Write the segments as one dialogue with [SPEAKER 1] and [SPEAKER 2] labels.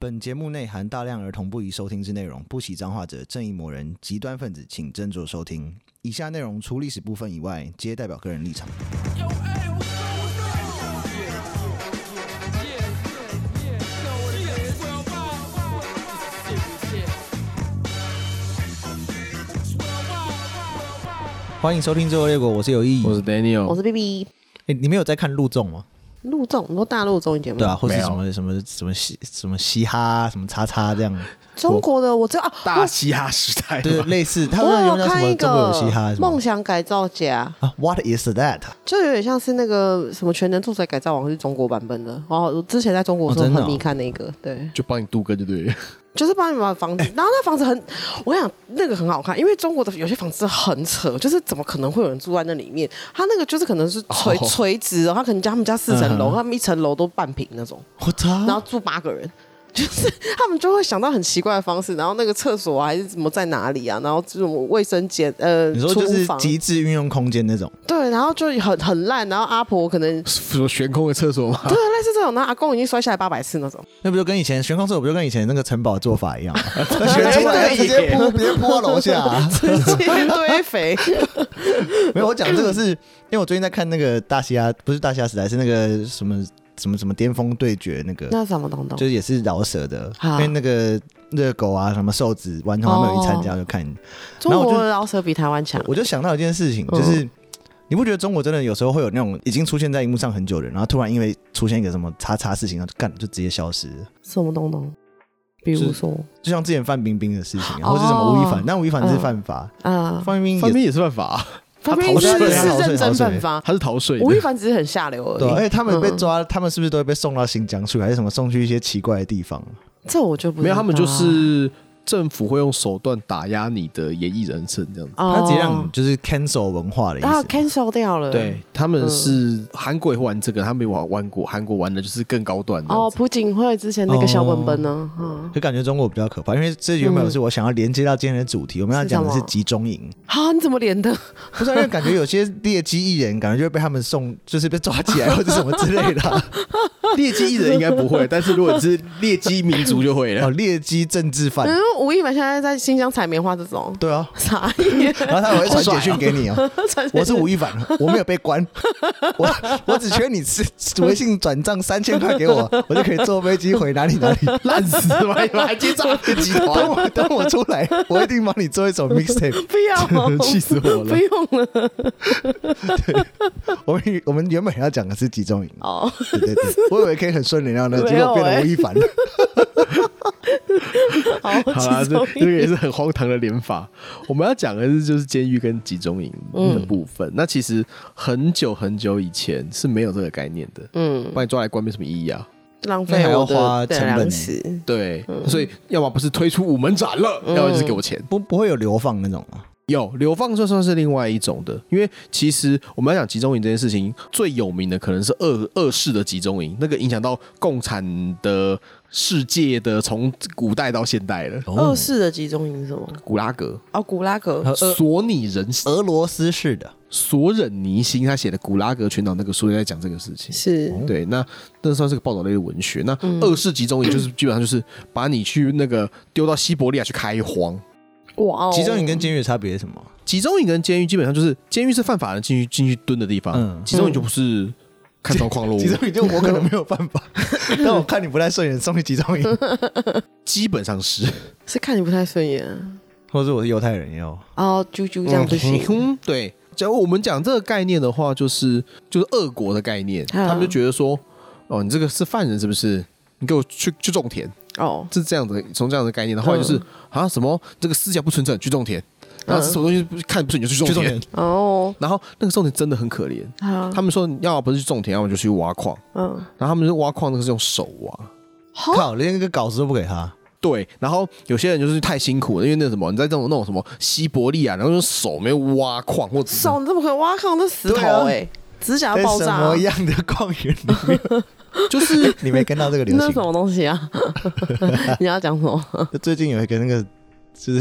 [SPEAKER 1] 本节目内含大量儿童不宜收听之内容，不喜脏话者、正义魔人、极端分子，请斟酌收听。以下内容除历史部分以外，皆代表个人立场。欢迎收听《最后列国》，嗯我是有意义。
[SPEAKER 2] 我是 Daniel，
[SPEAKER 3] 我是 B B，
[SPEAKER 1] 诶你们有在看陆纵吗？
[SPEAKER 3] 陆纵，你说大陆综艺节目，
[SPEAKER 1] 对啊，或是
[SPEAKER 2] 嗯没有
[SPEAKER 1] 什么什么什么嘻什么嘻哈什么叉叉这样，
[SPEAKER 3] 中国的我知道啊，
[SPEAKER 2] 大嘻哈时代
[SPEAKER 1] 对，
[SPEAKER 2] 吗，
[SPEAKER 1] 类似他
[SPEAKER 3] 我
[SPEAKER 1] 们有
[SPEAKER 3] 我
[SPEAKER 1] 叫什
[SPEAKER 3] 有看
[SPEAKER 1] 么
[SPEAKER 3] 一
[SPEAKER 1] 中国有嘻哈
[SPEAKER 3] 个
[SPEAKER 1] 什么
[SPEAKER 3] 梦想改造家，
[SPEAKER 1] 啊？What is that？
[SPEAKER 3] 就有点像是那个什么全能住宅改造王是中国版本的，然后我之前在中国的时
[SPEAKER 1] 哦
[SPEAKER 3] 候
[SPEAKER 1] 真的哦
[SPEAKER 3] 很迷看那个，对，
[SPEAKER 2] 就帮你镀个就对了。
[SPEAKER 3] 就是帮你把房
[SPEAKER 1] 哎
[SPEAKER 3] 子，然后那房子很，我想那个很好看，因为中国的有些房子很扯，就是怎么可能会有人住在那里面？他那个就是可能是垂
[SPEAKER 2] 哦
[SPEAKER 3] 垂直的，他可能家他们家四层
[SPEAKER 1] 嗯
[SPEAKER 3] 楼，
[SPEAKER 1] 哼
[SPEAKER 3] 他们一层楼都半平那种。
[SPEAKER 1] 我
[SPEAKER 3] 然
[SPEAKER 1] 操
[SPEAKER 3] 后！住八个人，就是他们就会想到很奇怪的方式，然后那个厕所啊还是怎么在哪里啊，然后这种卫生间呃，
[SPEAKER 1] 你说
[SPEAKER 3] 厨
[SPEAKER 1] 就是
[SPEAKER 3] 房
[SPEAKER 1] 极致运用空间那种，
[SPEAKER 3] 对，然后就很很烂，然后阿婆可
[SPEAKER 1] 啊
[SPEAKER 3] 能
[SPEAKER 2] 什么悬空的厕所 吗？
[SPEAKER 3] 对类似这种，然后阿公已经摔下来八百次 那种，
[SPEAKER 1] 那不就跟以前悬空厕所不就跟以前那个城堡的做法一样 吗？
[SPEAKER 2] 悬空
[SPEAKER 1] 对
[SPEAKER 2] 对
[SPEAKER 1] 直接铺直接铺到楼下 啊。
[SPEAKER 3] 直接 堆肥，
[SPEAKER 1] 没有，我讲这个是因为我最近在看那个大西亚，不是大西亚时代，是那个什么什么什么巅峰对决那个，
[SPEAKER 3] 那什么东东
[SPEAKER 1] 就？是也是饶舌的，因
[SPEAKER 3] 啊
[SPEAKER 1] 为那个热狗啊什么瘦子顽童他们有去参加，就看
[SPEAKER 3] 中
[SPEAKER 1] 然后我就
[SPEAKER 3] 国的饶舌比台湾强，
[SPEAKER 1] 我就想到一件事情，
[SPEAKER 3] 嗯
[SPEAKER 1] 就是、你不觉得中国真的有时候会有那种已经出现在荧幕上很久的人，然后突然因为出现一个什么叉叉事情，然后就干就直接消失了
[SPEAKER 3] 什么东东？比如说
[SPEAKER 1] 就像之前范冰冰的事情，
[SPEAKER 3] 哦嗯
[SPEAKER 1] 或是什么吴亦凡，但吴亦凡是犯法，
[SPEAKER 3] 啊，
[SPEAKER 1] 范冰冰
[SPEAKER 2] 范
[SPEAKER 1] 也
[SPEAKER 2] 冰也是犯法，
[SPEAKER 3] 范
[SPEAKER 2] 他
[SPEAKER 3] 冰
[SPEAKER 2] 逃
[SPEAKER 3] 冰真
[SPEAKER 2] 税
[SPEAKER 3] 的
[SPEAKER 2] 啊
[SPEAKER 1] 税
[SPEAKER 2] 逃
[SPEAKER 3] 是认
[SPEAKER 1] 逃
[SPEAKER 3] 真
[SPEAKER 1] 税
[SPEAKER 3] 奋发，
[SPEAKER 2] 他是逃税
[SPEAKER 3] 吴亦
[SPEAKER 2] 的。
[SPEAKER 3] 凡只是很下流而
[SPEAKER 1] 对啊，而
[SPEAKER 3] 已，
[SPEAKER 1] 且他们被
[SPEAKER 3] 嗯
[SPEAKER 1] 抓，他们是不是都会被送到新疆去，还是什么送去一些奇怪的地方？
[SPEAKER 3] 这我就不
[SPEAKER 2] 没有，他们
[SPEAKER 3] 知
[SPEAKER 2] 就
[SPEAKER 3] 道
[SPEAKER 2] 是政府会用手段打压你的演艺人生这样子。
[SPEAKER 3] 哦
[SPEAKER 1] 他直接让你就是 cancel 文化的意
[SPEAKER 3] 啊
[SPEAKER 1] 思。
[SPEAKER 3] cancel 掉了，
[SPEAKER 2] 对，他们是韩国也会玩这个，他们也玩玩过，韩国玩的就是更高端的。
[SPEAKER 3] 哦，朴槿惠之前那个小本本呢？嗯，
[SPEAKER 1] 就感觉中国比较可怕，因为这原本
[SPEAKER 3] 嗯
[SPEAKER 1] 是我想要连接到今天的主题，我们要讲的是
[SPEAKER 3] 是什么
[SPEAKER 1] 集中营，
[SPEAKER 3] 啊，你怎么连的？
[SPEAKER 1] 不是啊因为感觉有些劣迹艺人，感觉就会被他们送，就是被抓 起来或者什么之类的啊、
[SPEAKER 2] 劣迹艺人应该不会，但是如果你是劣迹民族就会
[SPEAKER 1] 哦，
[SPEAKER 2] 了。
[SPEAKER 1] 劣迹政治犯，
[SPEAKER 3] 嗯，吴亦凡现在在新疆采棉花这种，
[SPEAKER 1] 啊对啊，
[SPEAKER 3] 啥耶？
[SPEAKER 1] 然后他还会传简讯给你
[SPEAKER 3] 啊
[SPEAKER 1] 哦，我是吴亦凡，我没有被关，我我只缺你是微信转账三千块给我，我就可以坐飞机回哪里 哪里。
[SPEAKER 2] 烂 死吧！你们还接诈骗集
[SPEAKER 1] 等
[SPEAKER 2] 团，
[SPEAKER 1] 我等我出来，我一定帮你做一首 mixtape。
[SPEAKER 3] 不要，
[SPEAKER 2] 气死我
[SPEAKER 3] 不
[SPEAKER 2] 了！
[SPEAKER 3] 用了
[SPEAKER 1] 我们我们原本要讲的是集中营，
[SPEAKER 3] 哦，
[SPEAKER 1] 对对对，我以为可以很顺流那的，
[SPEAKER 3] 没
[SPEAKER 1] 结
[SPEAKER 3] 有欸
[SPEAKER 1] 果变成吴亦凡。
[SPEAKER 3] 好，
[SPEAKER 2] 好啦，
[SPEAKER 3] 集
[SPEAKER 2] 这
[SPEAKER 3] 中
[SPEAKER 2] 这个
[SPEAKER 3] 营
[SPEAKER 2] 也是很荒唐的连法。我们要讲的是就是监狱跟集中营的部
[SPEAKER 3] 嗯
[SPEAKER 2] 分。那其实很久很久以前是没有这个概念的，
[SPEAKER 3] 嗯，
[SPEAKER 2] 把你抓来关没什么意义啊。
[SPEAKER 3] 浪费我
[SPEAKER 1] 那还要花
[SPEAKER 3] 的
[SPEAKER 1] 成
[SPEAKER 3] 的
[SPEAKER 1] 本呢
[SPEAKER 3] 粮食，
[SPEAKER 2] 对，所以要么不是推出午门斩了，
[SPEAKER 3] 嗯
[SPEAKER 2] 要么就是给我钱。
[SPEAKER 1] 不不会有流放那种啊吗？
[SPEAKER 2] 有流放算算是另外一种的，因为其实我们要讲集中营这件事情，最有名的可能是二二世的集中营，那个影响到共产的世界的从古代到现代了。
[SPEAKER 1] 哦
[SPEAKER 3] 二世的集中营是什么？
[SPEAKER 2] 古拉格、
[SPEAKER 3] 哦，古拉格
[SPEAKER 1] 呃呃
[SPEAKER 2] 索尼人、
[SPEAKER 1] 俄罗斯式的，
[SPEAKER 2] 索忍尼辛他写的《古拉格群岛》那个书就在讲这个事情。
[SPEAKER 3] 是嗯
[SPEAKER 2] 对，那那算是个报道类的文学。那哦二世集中营就是基本上就是把你去那个丢到西伯利亚去开荒。
[SPEAKER 3] 哇哦，
[SPEAKER 1] 集中营跟监狱的差别是什么？
[SPEAKER 2] 集中营跟监狱基本上就是监狱是犯法人进去进去蹲的地方，
[SPEAKER 1] 嗯
[SPEAKER 2] 集中营就不是看状况喽。
[SPEAKER 1] 集中营就我可能没有办 法，但我看你不太顺眼，送去集中营，
[SPEAKER 2] 基本上是
[SPEAKER 3] 是看你不太顺眼
[SPEAKER 1] 或者我是犹太人也有。
[SPEAKER 3] 哦，啾啾这样不行，
[SPEAKER 2] 嗯对，假如我们讲这个概念的话，就是就是俄国的概念，
[SPEAKER 3] 啊
[SPEAKER 2] 他们就觉得说，哦，你这个是犯人是不是？你给我去去种田，
[SPEAKER 3] 哦，
[SPEAKER 2] 是这样的，从这样的概念的，后来就是、啊什么这个思想不纯正，去种田，然后
[SPEAKER 3] 嗯
[SPEAKER 2] 什么东西不看不顺眼就去种
[SPEAKER 1] 去
[SPEAKER 2] 田，
[SPEAKER 1] 重点，
[SPEAKER 3] 哦，
[SPEAKER 2] 然后那个种田真的很可怜，
[SPEAKER 3] 好，
[SPEAKER 2] 他们说要么不是去种田，要么就去挖矿，
[SPEAKER 3] 嗯，
[SPEAKER 2] 然后他们就挖矿那个是用手挖。
[SPEAKER 3] 好，
[SPEAKER 1] 靠，连一个稿子都不给他。
[SPEAKER 3] 哦
[SPEAKER 2] 对，然后有些人就是太辛苦了，因为那什么，你在这种那种什么西伯利亚，然后用手没挖矿或者是
[SPEAKER 3] 手你怎么可以挖靠那石头
[SPEAKER 1] 对啊
[SPEAKER 3] 哎？指甲
[SPEAKER 1] 在
[SPEAKER 3] 要爆
[SPEAKER 1] 什
[SPEAKER 3] 炸啊
[SPEAKER 1] 么！样的矿源里面？
[SPEAKER 2] 就是
[SPEAKER 1] 你没跟到这个流
[SPEAKER 3] 那
[SPEAKER 1] 行
[SPEAKER 3] 是什？么东 西啊？你要讲什么？
[SPEAKER 1] 最近有一个那个，就是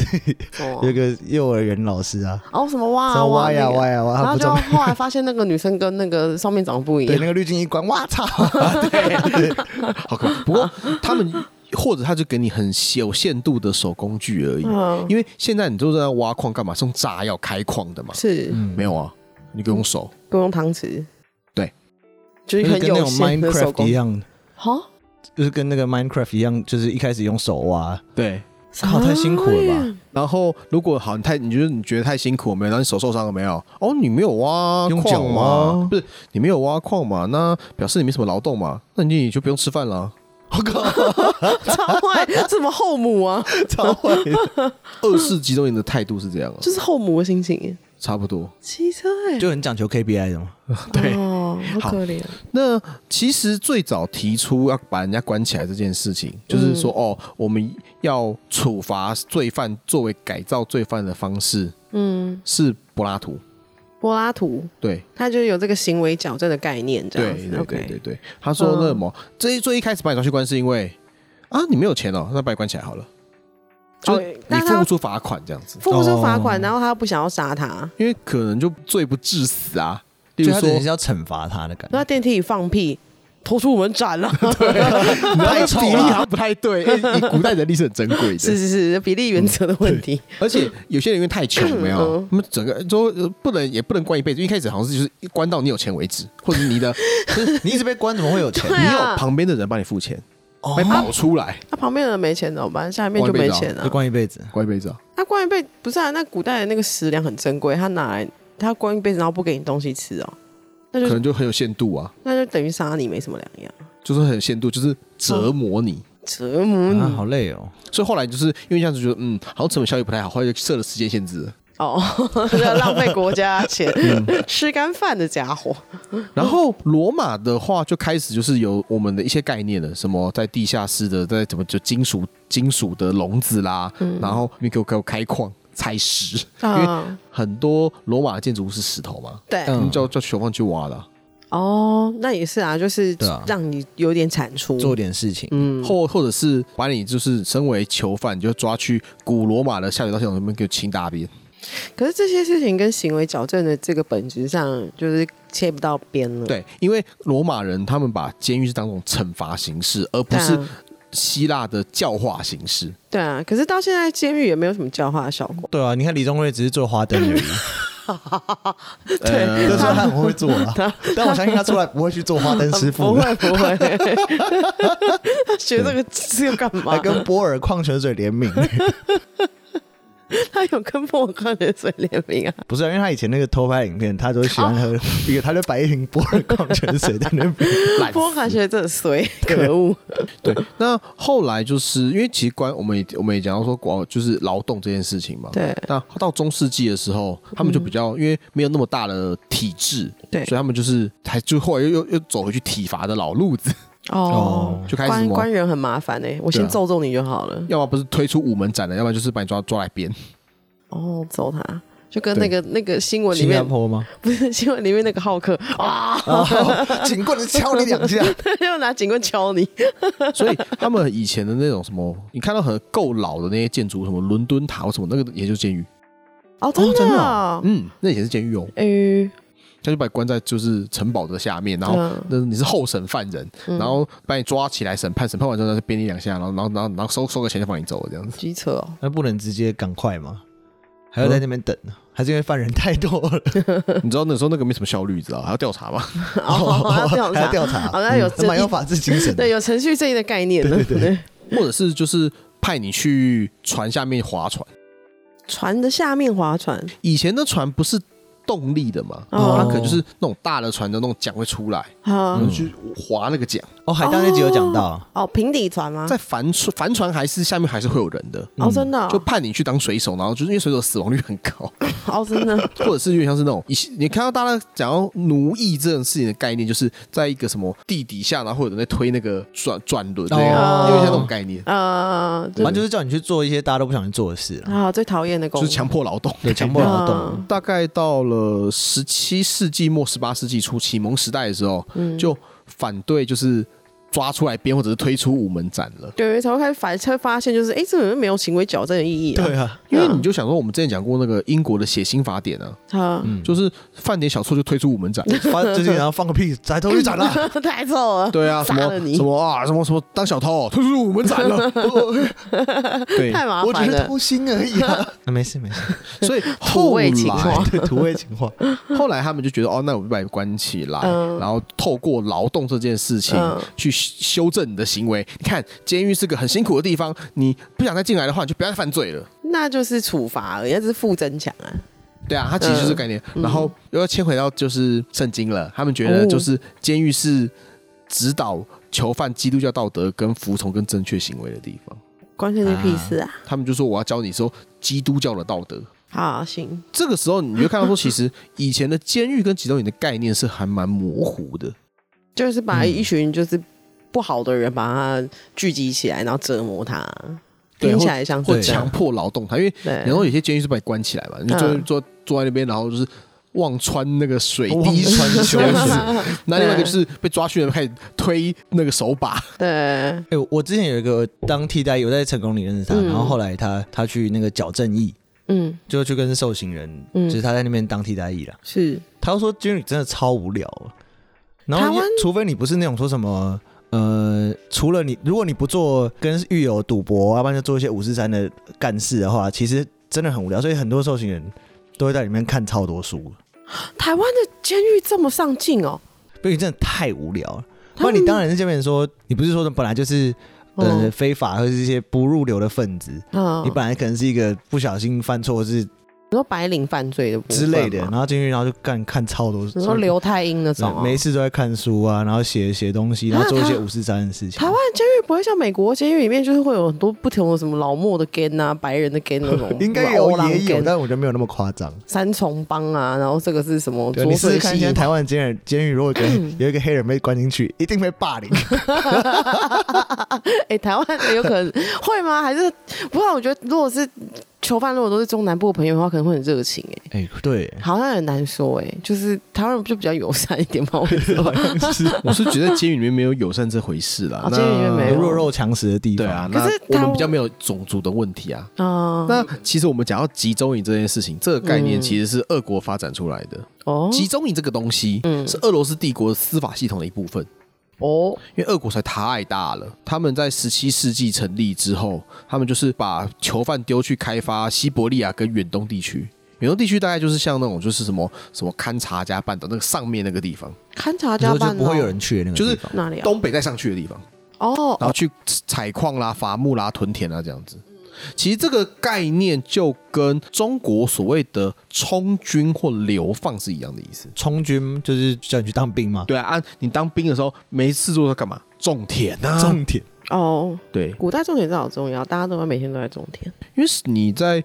[SPEAKER 3] 什么
[SPEAKER 1] 有一个幼儿园老师啊，
[SPEAKER 3] 哦，什么挖
[SPEAKER 1] 什
[SPEAKER 3] 啊
[SPEAKER 1] 么挖
[SPEAKER 3] 那
[SPEAKER 1] 呀
[SPEAKER 3] 个
[SPEAKER 1] 挖呀挖，
[SPEAKER 3] 然
[SPEAKER 1] 他
[SPEAKER 3] 后
[SPEAKER 1] 不
[SPEAKER 3] 就
[SPEAKER 1] 中，
[SPEAKER 3] 后来发现那个女生跟那 个上面长得不一
[SPEAKER 1] 对
[SPEAKER 3] 样
[SPEAKER 1] 那个滤镜一关，哇操！
[SPEAKER 2] 好可怕。不过他们或者他就给你很有限度的手工具而已。
[SPEAKER 3] 嗯
[SPEAKER 2] 因为现在你都在挖矿干嘛？是用炸药开矿的嘛？
[SPEAKER 3] 是
[SPEAKER 1] 嗯
[SPEAKER 2] 没有啊，你可以用手。
[SPEAKER 3] 不用汤匙，
[SPEAKER 2] 对，
[SPEAKER 3] 就是
[SPEAKER 1] 就是
[SPEAKER 3] 很
[SPEAKER 1] 跟那
[SPEAKER 3] 有
[SPEAKER 1] 种
[SPEAKER 3] 限的手
[SPEAKER 1] Minecraft 一
[SPEAKER 3] 工。
[SPEAKER 1] 样，
[SPEAKER 3] 好，
[SPEAKER 1] 就是跟那个 Minecraft 一样，就是一开始用手啊挖，
[SPEAKER 3] 嗯
[SPEAKER 2] 对。
[SPEAKER 1] 靠，太辛苦了吧？
[SPEAKER 2] 然后如果好，你太你觉得你觉得太辛苦了没有？然后你手受伤了没有？哦，你没有挖
[SPEAKER 1] 用脚
[SPEAKER 2] 矿
[SPEAKER 1] 挖
[SPEAKER 2] 嘛？不是，你没有挖矿嘛？那表示你没什么劳动嘛？那你就不用吃饭了啊。
[SPEAKER 1] 我靠，
[SPEAKER 3] 超坏，什么后 母啊？
[SPEAKER 1] 超坏的！
[SPEAKER 2] 二世集中营的态度是这样啊，
[SPEAKER 3] 就是后母的心情。
[SPEAKER 2] 差不多。
[SPEAKER 3] 骑车哎、
[SPEAKER 1] 就很讲求 KPI 的嘛。
[SPEAKER 2] 对
[SPEAKER 3] 哦，好
[SPEAKER 2] 好
[SPEAKER 3] 可怜。
[SPEAKER 2] 那其实最早提出要把人家关起来这件事情，
[SPEAKER 1] 嗯
[SPEAKER 2] 就是说、哦，我们要处罚罪犯作为改造罪犯的方式
[SPEAKER 3] 嗯，
[SPEAKER 2] 是柏拉图。
[SPEAKER 3] 柏拉图
[SPEAKER 2] 对
[SPEAKER 3] 他就有这个行为矫正的概念，这
[SPEAKER 2] 对
[SPEAKER 3] 样子。
[SPEAKER 2] 对对对
[SPEAKER 3] OK，嗯
[SPEAKER 2] 对，他说那什么，最最一开始把你抓去关是因为啊你没有钱哦，那把你关起来好了，就
[SPEAKER 3] 哦
[SPEAKER 2] 是你
[SPEAKER 3] 但他
[SPEAKER 2] 付不出罚款这样子，
[SPEAKER 3] 付不出罚款，
[SPEAKER 1] 哦
[SPEAKER 3] 然后他不想要杀他，
[SPEAKER 2] 因为可能就罪不至死啊。例
[SPEAKER 1] 就
[SPEAKER 2] 如
[SPEAKER 1] 他
[SPEAKER 2] 说
[SPEAKER 1] 等于是要惩罚他的感
[SPEAKER 3] 在
[SPEAKER 1] 觉，
[SPEAKER 3] 电梯里放屁，投出我们斩 了。
[SPEAKER 1] 太
[SPEAKER 2] 那
[SPEAKER 1] 臭
[SPEAKER 2] 个比例好
[SPEAKER 1] 了。
[SPEAKER 2] 像不太对，因为古代人力是很珍贵的，
[SPEAKER 3] 啊是是是，比例原则的问题。
[SPEAKER 2] 而且有些人因为太穷，没有
[SPEAKER 3] 嗯，
[SPEAKER 2] 那么整个就呃不能也不能关一辈子。一开始好像是就是关到你有钱为止，或者 你的
[SPEAKER 1] 你一直被关，怎么会有钱？
[SPEAKER 3] 对
[SPEAKER 2] 你有
[SPEAKER 3] 啊哦
[SPEAKER 2] 旁边的人帮你付钱，来保出来，
[SPEAKER 3] 那旁边的人没钱怎么办？下面就没钱了、
[SPEAKER 1] 就关一辈子。
[SPEAKER 2] 关一辈子啊。
[SPEAKER 3] 那关一辈不是啊？那古代的那个食粮很珍贵，他拿来他关一辈子，然后不给你东西吃哦，那
[SPEAKER 2] 可
[SPEAKER 3] 就
[SPEAKER 2] 能就很有限度啊，
[SPEAKER 3] 那就等于杀你没什么两样，
[SPEAKER 2] 就是很有限度，就是折磨你。
[SPEAKER 3] 折磨你、
[SPEAKER 1] 啊，好累哦！
[SPEAKER 2] 所以后来就是因为这样子，觉得嗯，好像成本效益不太好，后来就设了时间限制。
[SPEAKER 3] 哦，嗯这浪费国家钱、吃干饭的家伙。
[SPEAKER 2] 然后罗马的话就开始就是有我们的一些概念了，什么在地下室的，在怎么就金属金属的笼子啦，然后你给我给我开矿采石，因为
[SPEAKER 3] 嗯啊，
[SPEAKER 2] 很多罗马的建筑物是石头嘛，
[SPEAKER 3] 对，
[SPEAKER 1] 嗯
[SPEAKER 2] 他们叫叫囚犯去挖的啊、
[SPEAKER 3] 哦，那也是啊，就是
[SPEAKER 1] 对啊
[SPEAKER 3] 让你有点产出。
[SPEAKER 1] 做点事情，
[SPEAKER 3] 嗯，
[SPEAKER 2] 或或者是把你就是身为囚犯，你就抓去古罗马的下水道系统里面给我清大便。
[SPEAKER 3] 可是这些事情跟行为矫正的这个本质上就是切不到边了。
[SPEAKER 2] 对，因为罗马人他们把监狱是当成惩罚形式，而不
[SPEAKER 3] 对啊，
[SPEAKER 2] 是希腊的教化形 式。
[SPEAKER 3] 对啊。可是到现在监狱也没有什么教化的效果。
[SPEAKER 1] 对啊，你看李宗瑞只是做花灯而已，
[SPEAKER 3] 对
[SPEAKER 1] 就说
[SPEAKER 2] 呃
[SPEAKER 1] 他很会做 啊，但我相信他出来不会去做花灯师
[SPEAKER 3] 不
[SPEAKER 1] 傅，啊
[SPEAKER 3] 会嗯不会， 他学这个是要干嘛
[SPEAKER 1] 还？跟波尔矿泉水联名，
[SPEAKER 3] 他有跟莫克的水联名啊？
[SPEAKER 1] 不是、啊，因为他以前那个偷拍影片，他都喜欢喝
[SPEAKER 3] 啊
[SPEAKER 1] 一个，他就摆一瓶波尔矿泉水在那 边，
[SPEAKER 2] 烂
[SPEAKER 3] 莫克学这水，可恶！
[SPEAKER 2] 对，那后来就是因为其实关我们也我们也讲到说，哦，就是劳动这件事情嘛。
[SPEAKER 3] 对嗯
[SPEAKER 2] 那到中世纪的时候，他们就比较、因为没有那么大的体制，
[SPEAKER 3] 对
[SPEAKER 2] 所以他们就是还就后来又又又走回去体罚的老路子，
[SPEAKER 3] 哦，
[SPEAKER 2] 就开始什
[SPEAKER 3] 关
[SPEAKER 2] 么
[SPEAKER 3] 关人很麻烦哎，我先
[SPEAKER 2] 对啊
[SPEAKER 3] 揍揍你就好了。
[SPEAKER 2] 要么不是推出午门斩了，要不然就是把你抓抓来 鞭。
[SPEAKER 3] 哦，揍他。就跟那个那个新闻里
[SPEAKER 1] 新加
[SPEAKER 3] 面
[SPEAKER 1] 坡吗？
[SPEAKER 3] 不是 新闻里面那个浩克 啊，
[SPEAKER 1] 哦，警棍子敲你两下，
[SPEAKER 3] 就拿警棍敲你，
[SPEAKER 2] 所以他们以前的那种什么，你看到很够老的那些建筑，什么伦敦塔或什么，那个也就是监狱。
[SPEAKER 3] 哦，真
[SPEAKER 1] 真的
[SPEAKER 3] 啊，
[SPEAKER 2] 嗯，那也是监狱哦，
[SPEAKER 3] 哎，
[SPEAKER 2] 他就把你关在就是城堡的下面，然后
[SPEAKER 3] 嗯
[SPEAKER 2] 那你是候审犯人，然后把你抓起来审判，审判完之后再鞭你两下，然后然后然后然后收收个钱就放你走了这样 子。
[SPEAKER 3] 机车哦，
[SPEAKER 1] 那不能直接赶快吗？还要在那边等， 还是因为犯人太多了，
[SPEAKER 2] 你知道那时候那个没什么效率，知道还要调查吗？
[SPEAKER 3] 哦， 还要调
[SPEAKER 1] 还
[SPEAKER 3] 查
[SPEAKER 1] 要，调查，
[SPEAKER 3] 好像有
[SPEAKER 1] 嗯蛮有法治精神的
[SPEAKER 3] 对，。有程序正义的概念呢。对，
[SPEAKER 2] 或者是就是派你去船下面划船，
[SPEAKER 3] 船的下面划船，
[SPEAKER 2] 以前的船不是动力的嘛，
[SPEAKER 3] 哦
[SPEAKER 2] 它可能就是那种大的船的那种桨会出来，
[SPEAKER 3] 啊
[SPEAKER 2] 然，后去划那个桨。
[SPEAKER 1] 哦，海盗那集有讲到，
[SPEAKER 3] 哦，平底船吗
[SPEAKER 2] 在？帆船帆船还是下面还是会有人的，
[SPEAKER 3] 哦，真的哦，
[SPEAKER 2] 就判你去当水手，然后就是因为水手死亡率很高，
[SPEAKER 3] 哦，真 的，
[SPEAKER 1] 啊
[SPEAKER 2] 或者是有点像是那种，以前你看到大家讲到奴役这种事情的概念，就是在一个什么地底下，然后会有人在推那个转转轮，那个
[SPEAKER 1] 哦
[SPEAKER 2] 有点像那种概念，
[SPEAKER 3] 呃，
[SPEAKER 1] 反正就是叫你去做一些大家都不想去做的事 啊，
[SPEAKER 3] 啊，最讨厌的
[SPEAKER 2] 就
[SPEAKER 3] 工
[SPEAKER 2] 是强迫劳动，
[SPEAKER 1] 对，强迫劳动
[SPEAKER 3] 嗯。
[SPEAKER 2] 大概到了
[SPEAKER 1] 嗯
[SPEAKER 2] 十七世纪末、十八世纪初，启蒙时代的时候，就反对就是抓出来编，或者是推出午门斩了。
[SPEAKER 3] 对，才会开始反才会发现，就是哎，这个人没有行为矫正的意义、啊。
[SPEAKER 1] 啊，
[SPEAKER 2] 因为你就想说，我们之前讲过那个英国的血腥法典啊，
[SPEAKER 3] 啊，
[SPEAKER 1] 嗯
[SPEAKER 2] 就是犯点小错就推出午门斩。
[SPEAKER 1] 发最近然后放个屁，宰头就斩 了，
[SPEAKER 3] 太臭 了。
[SPEAKER 2] 对 啊，什
[SPEAKER 3] 杀
[SPEAKER 2] 么
[SPEAKER 3] 了你
[SPEAKER 2] 什，么啊，什么什么当小偷推出午 门斩了。 对，
[SPEAKER 3] 太麻
[SPEAKER 1] 我只
[SPEAKER 3] 烦
[SPEAKER 1] 是
[SPEAKER 3] 了。
[SPEAKER 1] 偷心而已 啊。那没事没事，
[SPEAKER 2] 所以
[SPEAKER 3] 土
[SPEAKER 2] 后
[SPEAKER 3] 味情话
[SPEAKER 2] 来
[SPEAKER 1] 对土味情话，
[SPEAKER 2] 后来他们就觉得哦，那我就把你关起来，
[SPEAKER 3] 嗯
[SPEAKER 2] 然后透过劳动这件事情
[SPEAKER 3] 嗯
[SPEAKER 2] 去修修正你的行为。你看，监狱是个很辛苦的地方，你不想再进来的话，你就不要再犯罪了。
[SPEAKER 3] 那就是处罚而已，那只是负增强啊。
[SPEAKER 2] 对啊，它其实
[SPEAKER 3] 嗯
[SPEAKER 2] 就是概念。然后又要牵回到就是圣经了，他们觉得
[SPEAKER 3] 哦
[SPEAKER 2] 就是监狱是指导囚犯基督教道德跟服从跟正确行为的地方。
[SPEAKER 3] 关键是屁事啊！
[SPEAKER 2] 他们就说我要教你说基督教的道德。
[SPEAKER 3] 好，行，
[SPEAKER 2] 这个时候你就看到说，其实以前的监狱跟集中营的概念是还蛮模糊的。
[SPEAKER 3] 就是把
[SPEAKER 1] 嗯
[SPEAKER 3] 一群就是不好的人把他聚集起来，然后折磨他，
[SPEAKER 2] 对
[SPEAKER 3] 听起来像
[SPEAKER 2] 或
[SPEAKER 3] 是这样
[SPEAKER 2] 强迫劳动他，因为
[SPEAKER 3] 对
[SPEAKER 2] 然后有些监狱是把你关起来嘛，你就坐
[SPEAKER 3] 嗯哦
[SPEAKER 2] 坐坐在那边，然后就是忘穿那个水滴
[SPEAKER 1] 滴
[SPEAKER 2] 穿
[SPEAKER 1] 穿秋
[SPEAKER 2] 球 鞋
[SPEAKER 1] 水。。
[SPEAKER 2] 那另外一个就是被抓去了，开始推那个手 把，
[SPEAKER 3] 对，
[SPEAKER 1] 哎、我之前有一个当替代役，我在成功里认识他，
[SPEAKER 3] 嗯
[SPEAKER 1] 然后后来他他去那个矫正役，
[SPEAKER 3] 嗯，
[SPEAKER 1] 就去跟受刑人，
[SPEAKER 3] 嗯
[SPEAKER 1] 就是他在那边当替代役了。
[SPEAKER 3] 是
[SPEAKER 1] 他说军旅真的超无聊，然后
[SPEAKER 3] 台
[SPEAKER 1] 因为
[SPEAKER 3] 湾
[SPEAKER 1] 除非你不是那种说什么。呃，除了你，如果你不做跟狱友赌博，要不然就做一些五四三的干事的话，其实真的很无聊。所以很多受刑人都会在里面看超多书，
[SPEAKER 3] 台湾的监狱这么上进哦。
[SPEAKER 1] 因为真的太无聊了。
[SPEAKER 3] 他
[SPEAKER 1] 不
[SPEAKER 3] 们
[SPEAKER 1] 然你当然是这边说，你不是说本来就是呃、
[SPEAKER 3] 嗯
[SPEAKER 1] 非法或者是一些不入流的分子，
[SPEAKER 3] 嗯，
[SPEAKER 1] 你本来可能是一个不小心犯错是
[SPEAKER 3] 你说白领犯罪的部分
[SPEAKER 1] 之类的，
[SPEAKER 3] 吗
[SPEAKER 1] 然后进去然后就干看超多，
[SPEAKER 3] 你说刘太英那种哦、
[SPEAKER 1] 没事都在看书啊，然后写写东西，然后做一些五四三的事情。，
[SPEAKER 3] 啊台湾监狱不会像美国监狱里面，就是会有很多不同的什么老墨的 gang 啊、白人的 gang 那种
[SPEAKER 1] 应该有
[SPEAKER 3] 什么欧
[SPEAKER 1] 也
[SPEAKER 3] 郎
[SPEAKER 1] 有，
[SPEAKER 3] gang
[SPEAKER 1] 但我觉得没有那么夸张。
[SPEAKER 3] 三重帮啊，然后这个是什么
[SPEAKER 1] 对，
[SPEAKER 3] 浊
[SPEAKER 1] 你试
[SPEAKER 3] 水
[SPEAKER 1] 试看，
[SPEAKER 3] 系
[SPEAKER 1] 现在
[SPEAKER 3] 统？
[SPEAKER 1] 台湾监人监狱如果有一 个有一个黑人被关进去，一定被霸凌。
[SPEAKER 3] 哎、台湾有可能会吗？还是不知道？我觉得如果是囚犯，如果都是中南部的朋友的话，可能会很热情、哎，
[SPEAKER 1] 哎， 对，
[SPEAKER 3] 好像很难说、哎，就是台湾人就比较友善一点嘛。我不知道
[SPEAKER 2] 我是觉得监狱里面没有友善这回事啦
[SPEAKER 3] 哦。
[SPEAKER 2] 那
[SPEAKER 3] 监狱里面没有
[SPEAKER 1] 弱肉强食的地方。
[SPEAKER 2] 对啊，
[SPEAKER 3] 可
[SPEAKER 2] 那
[SPEAKER 3] 是
[SPEAKER 2] 我
[SPEAKER 3] 他
[SPEAKER 2] 们比较没有种族的问题啊。
[SPEAKER 3] 啊，
[SPEAKER 2] 那其实我们讲到集中营这件事情，这个概念
[SPEAKER 3] 嗯
[SPEAKER 2] 其实是俄国发展出来的。
[SPEAKER 3] 哦
[SPEAKER 2] 集中营这个东西
[SPEAKER 3] 嗯
[SPEAKER 2] 是俄罗斯帝国司法系统的一部分。
[SPEAKER 3] 哦，
[SPEAKER 2] 因为俄国实在太大了，他们在十七世纪成立之后，他们就是把囚犯丢去开发西伯利亚跟远东地区。远东地区大概就是像那种就是什么什么勘察加半岛那个上面那个地方，
[SPEAKER 3] 勘察
[SPEAKER 1] 你
[SPEAKER 3] 加
[SPEAKER 1] 说就
[SPEAKER 3] 班、哦、
[SPEAKER 1] 不会有人去的那个
[SPEAKER 2] 就是
[SPEAKER 1] 地方。
[SPEAKER 3] 哪里啊？
[SPEAKER 2] 东北再上去的地方，
[SPEAKER 3] 哦
[SPEAKER 2] 然后去采矿啦、伐木啦、屯田啊啦这样子。其实这个概念就跟中国所谓的充军或流放是一样的意思。
[SPEAKER 1] 充军就是叫你去当兵嘛，
[SPEAKER 2] 对啊，啊，你当兵的时候没事做要干嘛？种田啊，
[SPEAKER 1] 重点
[SPEAKER 3] 哦，
[SPEAKER 2] 对，
[SPEAKER 3] 古代种田真的好重要，大家都会每天都在种田。
[SPEAKER 2] 因为你在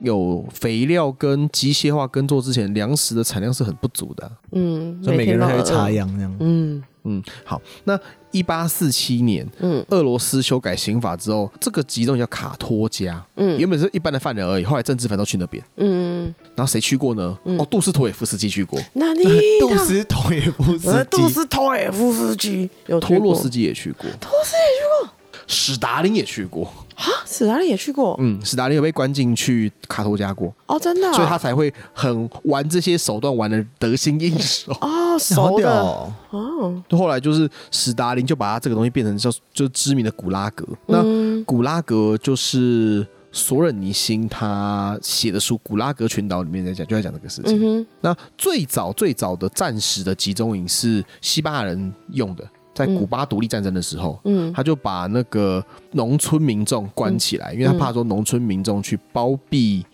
[SPEAKER 2] 有肥料跟机械化耕作之前，粮食的产量是很不足的啊、
[SPEAKER 3] 嗯，
[SPEAKER 1] 所以每个
[SPEAKER 3] 天
[SPEAKER 1] 人
[SPEAKER 3] 都
[SPEAKER 1] 还
[SPEAKER 3] 要
[SPEAKER 1] 会插
[SPEAKER 3] 饿
[SPEAKER 1] 秧这样。
[SPEAKER 3] 嗯
[SPEAKER 2] 嗯，好，那一八四七年，
[SPEAKER 3] 嗯
[SPEAKER 2] 俄罗斯修改刑法之后，这个集中营叫卡托加，
[SPEAKER 3] 嗯
[SPEAKER 2] 原本是一般的犯人而已，后来政治犯都去那边。
[SPEAKER 3] 嗯，
[SPEAKER 2] 然后谁去过呢？
[SPEAKER 3] 嗯
[SPEAKER 2] 哦，杜斯妥也夫斯基去过，
[SPEAKER 3] 那你
[SPEAKER 1] 杜斯妥也不是
[SPEAKER 3] 呃
[SPEAKER 1] 鸡
[SPEAKER 3] 杜斯托耶夫斯基有去
[SPEAKER 2] 托
[SPEAKER 3] 过
[SPEAKER 2] 洛斯基也去过，
[SPEAKER 3] 托洛斯基
[SPEAKER 2] 史达林也去过。
[SPEAKER 3] 啊，史达利也去过
[SPEAKER 2] 嗯，史达林有被关进去卡托加过，
[SPEAKER 3] 哦，真的啊，
[SPEAKER 2] 所以他才会很玩这些手段玩的得心应手。
[SPEAKER 3] 哦
[SPEAKER 1] 好
[SPEAKER 3] 熟
[SPEAKER 1] 屌
[SPEAKER 3] 的
[SPEAKER 1] 哦！
[SPEAKER 3] 哦，
[SPEAKER 2] 后来就是史达林就把他这个东西变成叫就知名的古拉格。那
[SPEAKER 3] 嗯
[SPEAKER 2] 古拉格就是索尔尼辛他写的书《古拉格群岛》里面在讲，就在讲这个事
[SPEAKER 3] 嗯
[SPEAKER 2] 情。
[SPEAKER 3] 哼
[SPEAKER 2] 那最早最早的战时的集中营是西班牙人用的，在古巴独立战争的时候。
[SPEAKER 3] 嗯
[SPEAKER 2] 他就把那个农村民众关起来，因为他
[SPEAKER 3] 嗯
[SPEAKER 2] 怕说农村民众去包庇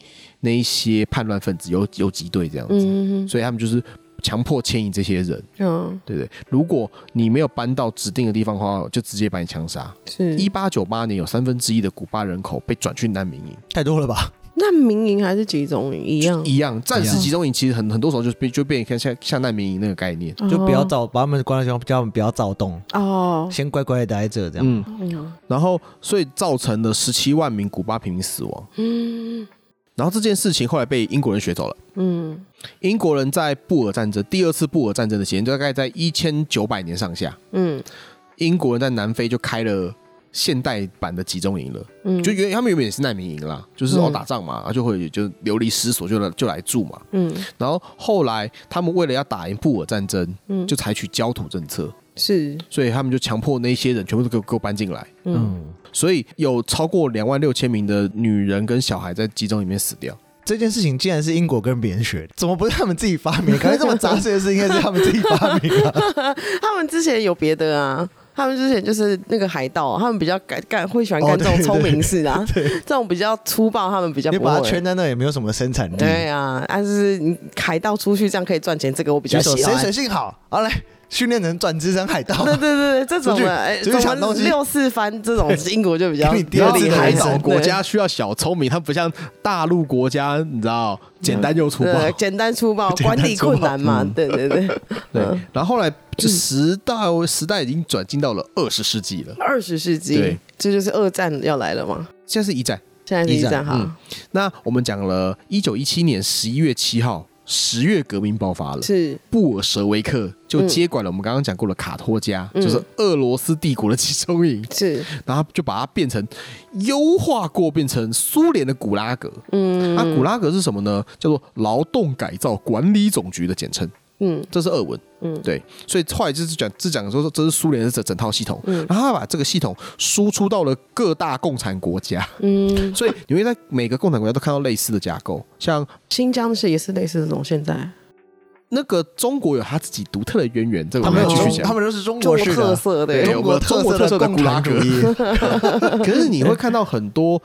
[SPEAKER 2] 那一些叛乱分子、游游击队这样子，
[SPEAKER 3] 嗯
[SPEAKER 2] 所以他们就是强迫迁移这些人。
[SPEAKER 3] 嗯
[SPEAKER 2] 对不对？如果你没有搬到指定的地方的话，就直接把你枪杀。
[SPEAKER 3] 是
[SPEAKER 2] 一八九八年，有三分之一的古巴人口被转去难民营，
[SPEAKER 1] 太多了吧？
[SPEAKER 3] 难民营还是集中营一样，
[SPEAKER 2] 一样战时集中营，其实很很多时候就是变就变成像像难民营那个概念。
[SPEAKER 1] 就不要
[SPEAKER 3] 哦
[SPEAKER 1] 躁，把他们关到地方，叫他们不要躁动，
[SPEAKER 3] 哦，
[SPEAKER 1] 先乖乖的待在这，这样。
[SPEAKER 2] 嗯，
[SPEAKER 3] 嗯
[SPEAKER 2] 然后所以造成了十七万名古巴平民死亡。
[SPEAKER 3] 嗯
[SPEAKER 2] 然后这件事情后来被英国人学走了。
[SPEAKER 3] 嗯
[SPEAKER 2] 英国人在布尔战争第二次布尔战争的期间，大概在一千九百年上下，
[SPEAKER 3] 嗯
[SPEAKER 2] 英国人在南非就开了现代版的集中营了，
[SPEAKER 3] 嗯
[SPEAKER 2] 就原他们原本也是难民营啦，就是哦
[SPEAKER 3] 嗯
[SPEAKER 2] 打仗嘛，然后就会就流离失所就来就来住嘛，
[SPEAKER 3] 嗯
[SPEAKER 2] 然后后来他们为了要打赢布尔战争，
[SPEAKER 3] 嗯，
[SPEAKER 2] 就采取焦土政策，
[SPEAKER 3] 是
[SPEAKER 2] 所以他们就强迫那些人全部都给我给我搬进来，
[SPEAKER 3] 嗯
[SPEAKER 2] 所以有超过两万六千名的女人跟小孩在集中里面死掉。
[SPEAKER 1] 这件事情竟然是英国跟别人学的，怎么不是他们自己发明？感觉这么杂碎的事应该是他们自己发明啊！
[SPEAKER 3] 他们之前有别的啊。他们之前就是那个海盗，啊他们比较敢干，会喜欢干
[SPEAKER 1] 哦
[SPEAKER 3] 这
[SPEAKER 1] 对
[SPEAKER 3] 种聪明事啊，这种比较粗暴，他们 比较
[SPEAKER 1] 你
[SPEAKER 3] 不
[SPEAKER 1] 把它
[SPEAKER 3] 会
[SPEAKER 1] 圈。在那也没有什么生产力。
[SPEAKER 3] 对啊，但是你海盗出去这样可以赚钱，这个我比较
[SPEAKER 1] 举手
[SPEAKER 3] 喜
[SPEAKER 1] 谁
[SPEAKER 3] 欢。
[SPEAKER 1] 水性好，好来训练成转职成海盗。
[SPEAKER 3] 对对对，对这种
[SPEAKER 1] 出去
[SPEAKER 3] 的，哎，
[SPEAKER 1] 出去抢
[SPEAKER 3] 怎么
[SPEAKER 1] 东西
[SPEAKER 3] 六四番这种英国就比较
[SPEAKER 1] 给 你
[SPEAKER 3] 比
[SPEAKER 1] 第
[SPEAKER 3] 较
[SPEAKER 1] 二
[SPEAKER 2] 然后
[SPEAKER 1] 次
[SPEAKER 3] 厉
[SPEAKER 1] 的
[SPEAKER 3] 害
[SPEAKER 2] 海
[SPEAKER 1] 人
[SPEAKER 3] 一
[SPEAKER 1] 生
[SPEAKER 2] 岛
[SPEAKER 3] 点，
[SPEAKER 2] 国
[SPEAKER 3] 对
[SPEAKER 2] 家需要小聪明，它不像大陆国家，你知道简单又粗暴。
[SPEAKER 3] 对，简单 粗暴，管理困难嘛，对对对，
[SPEAKER 1] 嗯
[SPEAKER 2] 对，嗯然后后来这时代时代已经转进到了二十世纪了，
[SPEAKER 3] 二十世纪
[SPEAKER 2] 对，
[SPEAKER 3] 这就是二战要来了嘛，
[SPEAKER 2] 现在是一战。
[SPEAKER 3] 现在是一
[SPEAKER 1] 一战
[SPEAKER 3] 战哈
[SPEAKER 2] 嗯，那我们讲了，一九一七年十一月七号，十月革命爆发了，
[SPEAKER 3] 是
[SPEAKER 2] 布尔什维克就接管了我们刚刚讲过的卡托加，
[SPEAKER 3] 嗯
[SPEAKER 2] 就是俄罗斯帝国的集中营，
[SPEAKER 3] 是，
[SPEAKER 2] 然后他就把它变成优化过，变成苏联的古拉格。
[SPEAKER 3] 嗯
[SPEAKER 2] 那、古拉格是什么呢？叫做劳动改造管理总局的简称，
[SPEAKER 3] 嗯
[SPEAKER 2] 这是俄文。
[SPEAKER 3] 嗯
[SPEAKER 2] 对，所以后来就是讲，是讲说这是苏联的整整套系统，
[SPEAKER 3] 嗯
[SPEAKER 2] 然后他把这个系统输出到了各大共产国 家，
[SPEAKER 3] 嗯，
[SPEAKER 2] 所以你会在每个共产国家都看到类似的架构。像
[SPEAKER 3] 新疆是也是类似这种，现在
[SPEAKER 2] 那个中国有他自己独特的渊源，这个
[SPEAKER 1] 他
[SPEAKER 2] 我
[SPEAKER 1] 们
[SPEAKER 2] 们
[SPEAKER 1] 有
[SPEAKER 2] 继
[SPEAKER 1] 中
[SPEAKER 2] 续讲
[SPEAKER 1] 他。们都是中
[SPEAKER 3] 中
[SPEAKER 1] 国
[SPEAKER 3] 国
[SPEAKER 1] 式
[SPEAKER 3] 特
[SPEAKER 1] 的，
[SPEAKER 3] 色对，
[SPEAKER 1] 中国特
[SPEAKER 2] 中国特
[SPEAKER 1] 色
[SPEAKER 2] 色的
[SPEAKER 1] 的共产主义。
[SPEAKER 2] 可是你会看到很多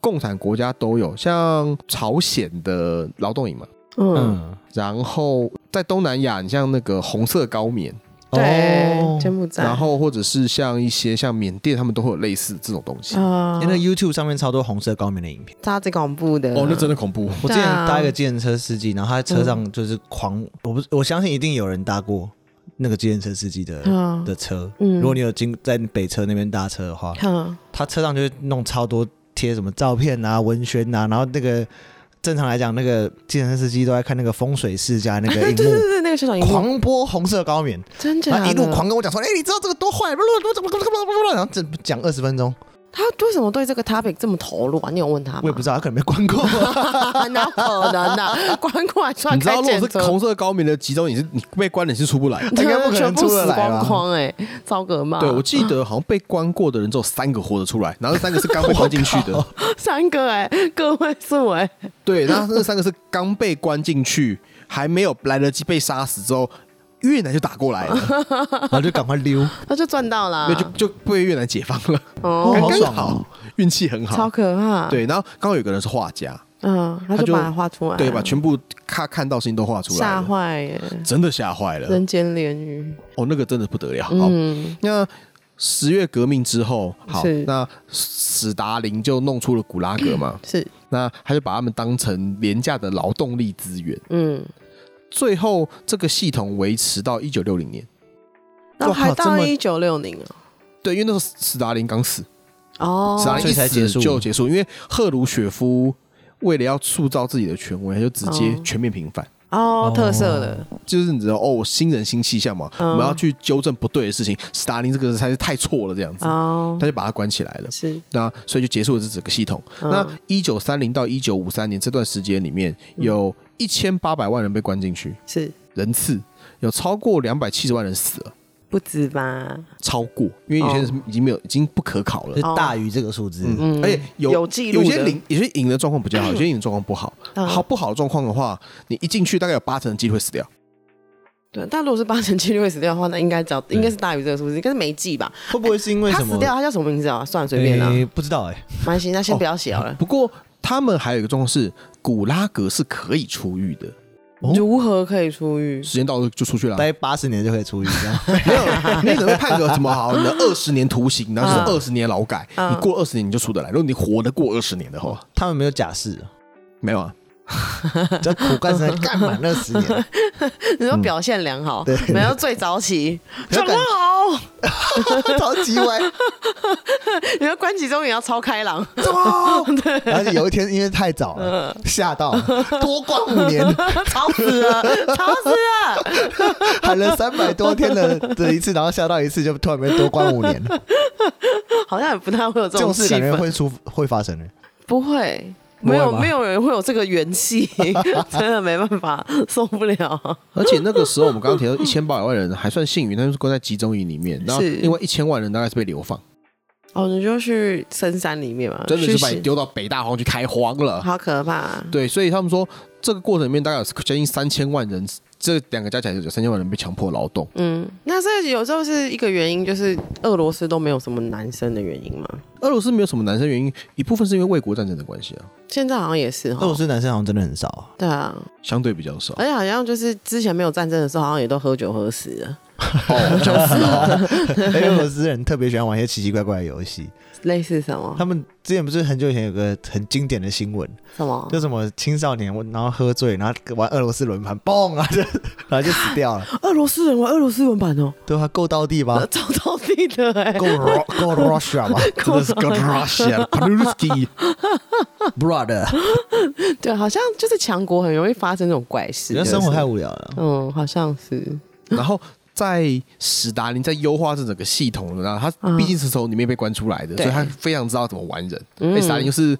[SPEAKER 2] 共产国家都有，像朝鲜的劳动营嘛，
[SPEAKER 3] 嗯，
[SPEAKER 1] 嗯，
[SPEAKER 2] 然后在东南亚，你像那个红色高棉，
[SPEAKER 1] 哦
[SPEAKER 3] 对，柬埔寨，
[SPEAKER 2] 然后或者是像一些像缅甸，他们都会有类似这种东 西。
[SPEAKER 3] 啊
[SPEAKER 1] 因，为 YouTube 上面超多红色高棉的影片。
[SPEAKER 3] 他最恐怖的，
[SPEAKER 2] 哦，那真的恐怖。
[SPEAKER 1] 我之
[SPEAKER 3] 对
[SPEAKER 1] 前
[SPEAKER 3] 啊
[SPEAKER 1] 搭一个计程车司机，然后他在车上就是狂，
[SPEAKER 3] 嗯
[SPEAKER 1] 我不是我相信一定有人搭过那个计程车司机的、
[SPEAKER 3] 啊，
[SPEAKER 1] 的车。
[SPEAKER 3] 嗯
[SPEAKER 1] 如果你有经在北车那边搭车的话，
[SPEAKER 3] 嗯
[SPEAKER 1] 他车上就会弄超多贴什么照片啊、文宣啊，然后那个正常来讲，那个计程车司机都在看那个风水世家那
[SPEAKER 3] 啊
[SPEAKER 1] 个
[SPEAKER 3] 对对
[SPEAKER 1] 荧幕
[SPEAKER 3] 对，对，那个小小荧幕，
[SPEAKER 1] 狂播红色高棉，
[SPEAKER 3] 真假
[SPEAKER 1] 然
[SPEAKER 3] 的，啊
[SPEAKER 1] 后一路狂跟我讲说：“哎、你知道这个多坏？”然后这讲二十分 钟，
[SPEAKER 3] 他为什么对这个 topic 这么投入啊？你有问他吗？
[SPEAKER 1] 我也不知道，他可能没关 过。
[SPEAKER 3] 道，哪可能 啊？关过来算
[SPEAKER 2] 你知道，
[SPEAKER 3] 开
[SPEAKER 2] 如果
[SPEAKER 3] 检
[SPEAKER 2] 是红色高棉的集中营，你是你被关了，你是出不来 的。
[SPEAKER 1] 应该不可能
[SPEAKER 3] 全部
[SPEAKER 1] 出得
[SPEAKER 3] 死
[SPEAKER 1] 来啊吧
[SPEAKER 3] 光光哎、超可怕！
[SPEAKER 2] 对，我记得好像被关过的人只有三个活得出来，然后那三个是刚被关进 去的
[SPEAKER 1] 我。
[SPEAKER 3] 三个哎、个位数哎、
[SPEAKER 2] 对，然后那三个是刚被关进去，还没有来得及被杀死之后，越南就打过来了，
[SPEAKER 1] 然后就赶快溜。
[SPEAKER 3] 那就赚到啦
[SPEAKER 2] 对，，就就被越南解放了，
[SPEAKER 3] 哦
[SPEAKER 2] 刚
[SPEAKER 1] 好
[SPEAKER 2] 刚
[SPEAKER 1] 爽
[SPEAKER 2] 好
[SPEAKER 1] 哦，
[SPEAKER 2] 运气很
[SPEAKER 3] 超
[SPEAKER 2] 好。
[SPEAKER 3] 可怕。，
[SPEAKER 2] 对，然后刚好有个人是画家，
[SPEAKER 3] 嗯，他
[SPEAKER 2] 他就
[SPEAKER 3] 就把它画出来，
[SPEAKER 2] 对，把全部他看到的事情都画出来
[SPEAKER 3] 吓
[SPEAKER 2] 了，
[SPEAKER 3] 坏耶，
[SPEAKER 2] 真的吓坏了。
[SPEAKER 3] 人间炼狱。
[SPEAKER 2] 哦，那个真的不得了。好，
[SPEAKER 3] 嗯，
[SPEAKER 2] 那十月革命之后，好
[SPEAKER 3] 是，，
[SPEAKER 2] 那史达林就弄出了古拉格嘛
[SPEAKER 3] 是，
[SPEAKER 2] 那他就把他们当成廉价的劳动力资源。
[SPEAKER 3] 嗯，
[SPEAKER 2] 最后，这个系统维持到一九六零年。
[SPEAKER 3] 那还
[SPEAKER 1] 这
[SPEAKER 3] 到
[SPEAKER 1] 么
[SPEAKER 3] 一九六零啊，
[SPEAKER 2] 对，因为那时候斯大林刚死，斯大
[SPEAKER 3] 哦，
[SPEAKER 2] 林一
[SPEAKER 1] 所以才
[SPEAKER 2] 死
[SPEAKER 1] 结束
[SPEAKER 2] 就结束，因为赫鲁雪夫为了要塑造自己的权威，他就直接
[SPEAKER 3] 哦
[SPEAKER 2] 全面平反。
[SPEAKER 3] 哦，特色的，
[SPEAKER 2] 就是你知道哦，新人新气象嘛，
[SPEAKER 3] 嗯
[SPEAKER 2] 我们要去纠正不对的事情。斯大林这个才是太错了，这样子，
[SPEAKER 3] 哦
[SPEAKER 2] 他，就把他关起来了。
[SPEAKER 3] 是，
[SPEAKER 2] 那所以就结束了这整个系统。
[SPEAKER 3] 嗯
[SPEAKER 2] 那一九三零到一九五三年这段时间里面，
[SPEAKER 3] 嗯
[SPEAKER 2] 有一千八百万人被关进去，
[SPEAKER 3] 是，
[SPEAKER 2] 人次有超过两百七十万人死了，
[SPEAKER 3] 不止吧？
[SPEAKER 2] 超过，因为有些
[SPEAKER 3] 哦
[SPEAKER 2] 人是已经没有，已经不可考了
[SPEAKER 1] 就。大于这个数字。
[SPEAKER 3] 嗯
[SPEAKER 2] 而且有
[SPEAKER 3] 有记录
[SPEAKER 2] 有
[SPEAKER 3] 的
[SPEAKER 2] 些赢，有些赢的状况比较好，有些赢的状况不好。
[SPEAKER 3] 嗯
[SPEAKER 2] 好不好的状况的话，你一进去大概有八成的机会死掉。
[SPEAKER 3] 对，但如果是八成几率会死掉的话，那应该只要应该是大于这个数字，应该是没记吧？
[SPEAKER 1] 会不会是因为
[SPEAKER 3] 他
[SPEAKER 1] 什么？
[SPEAKER 3] 死掉，他叫什么名字啊？算了，随便啦，
[SPEAKER 1] 诶哦不知道哎、
[SPEAKER 3] 蛮行，那先不要写好了。
[SPEAKER 2] 不过他们还有一个状况是，古拉格是可以出狱的，
[SPEAKER 1] 哦
[SPEAKER 3] 如何可以 出狱？
[SPEAKER 2] 时间到了就出去了啊。
[SPEAKER 1] 待八十年就可以出狱，这样
[SPEAKER 2] 没有，你可能会判个什么好，你的二十年徒刑，然后就是
[SPEAKER 3] 嗯
[SPEAKER 2] 二十年劳改，
[SPEAKER 3] 嗯哦
[SPEAKER 2] 你过二十年你就出得来。如果你活得过二十年的话，
[SPEAKER 1] 他们没有假释，
[SPEAKER 2] 没有啊，
[SPEAKER 1] 只要苦干 才干满二十年。
[SPEAKER 3] 你说表现良好，
[SPEAKER 1] 嗯对
[SPEAKER 3] 没有最早起，
[SPEAKER 1] 不要
[SPEAKER 3] 状况
[SPEAKER 1] 感
[SPEAKER 3] 好好，
[SPEAKER 1] 超级歪。
[SPEAKER 3] 你说关集中也要超开 朗，
[SPEAKER 1] 而且有一天因为太早了，
[SPEAKER 3] 嗯
[SPEAKER 1] 吓到多逛五 年，
[SPEAKER 3] 吵死了，吵死了。
[SPEAKER 1] 喊了三百多天的的一次，然后吓到一次就突然没多逛五年，
[SPEAKER 3] 好像也不太 会有这
[SPEAKER 1] 这
[SPEAKER 3] 种
[SPEAKER 1] 种事
[SPEAKER 3] 气
[SPEAKER 1] 感觉
[SPEAKER 3] 氛，
[SPEAKER 1] 会出会发生的。
[SPEAKER 3] 不会。
[SPEAKER 1] 不会
[SPEAKER 3] 没有，
[SPEAKER 1] 吗
[SPEAKER 3] 没有人会有这个 元气，真的没办法，受不了。
[SPEAKER 2] 而且那个时候我们刚刚提 到一千八百万人还算幸运，但是关在集中营里面，然后
[SPEAKER 3] 是
[SPEAKER 2] 另外一千万人大概是被流放，
[SPEAKER 3] 哦，你就去深山里面嘛，
[SPEAKER 2] 真的
[SPEAKER 3] 去
[SPEAKER 2] 是把
[SPEAKER 3] 洗
[SPEAKER 2] 你丢到北大荒去开荒了。
[SPEAKER 3] 好可怕。啊
[SPEAKER 2] 对，所以他们说这个过程里面大概有将近三千万人，这两个加起来有三千万人被强迫劳动。
[SPEAKER 3] 嗯，那这有时候是一个原因，就是俄罗斯都没有什么男生的原因嘛。
[SPEAKER 2] 俄罗斯没有什么男生原因，一部分是因为卫国战争的关系啊，
[SPEAKER 3] 现在好像也是
[SPEAKER 1] 俄罗
[SPEAKER 3] 哈，
[SPEAKER 1] 斯男生好像真的很少啊，
[SPEAKER 3] 对啊，
[SPEAKER 2] 相对比较少。
[SPEAKER 3] 而且好像就是之前没有战争的时候，好像也都喝酒喝死了，
[SPEAKER 2] 哦，就是哦，
[SPEAKER 1] 哎俄罗斯人特别喜欢玩一些奇奇怪怪的游戏。
[SPEAKER 3] 类似什么
[SPEAKER 1] 他们之前不是很久以前有个很经典的新闻，
[SPEAKER 3] 什么
[SPEAKER 1] 就什么青少年然后喝醉，然后玩俄罗斯轮盘，嘣啊，就然后就死 掉了。
[SPEAKER 3] 俄罗斯人玩俄罗斯文版哦，
[SPEAKER 1] 对啊，够到地 吧？
[SPEAKER 3] 找到地的 哎、
[SPEAKER 1] 够 Ru- 够 Russia 吧？
[SPEAKER 2] 真的是 God Russia p l u s k y
[SPEAKER 1] brother，
[SPEAKER 3] 对，好像就是强国很容易发生这种怪事
[SPEAKER 1] 你的，生活太无聊了。
[SPEAKER 3] 嗯，好像是，
[SPEAKER 2] 然后在史达林在优化这整个系统了，然后他
[SPEAKER 3] 嗯
[SPEAKER 2] 毕竟是从里面被关出来的，
[SPEAKER 3] 对嗯
[SPEAKER 2] 所以他非常知道怎么玩人。因为史达林就是，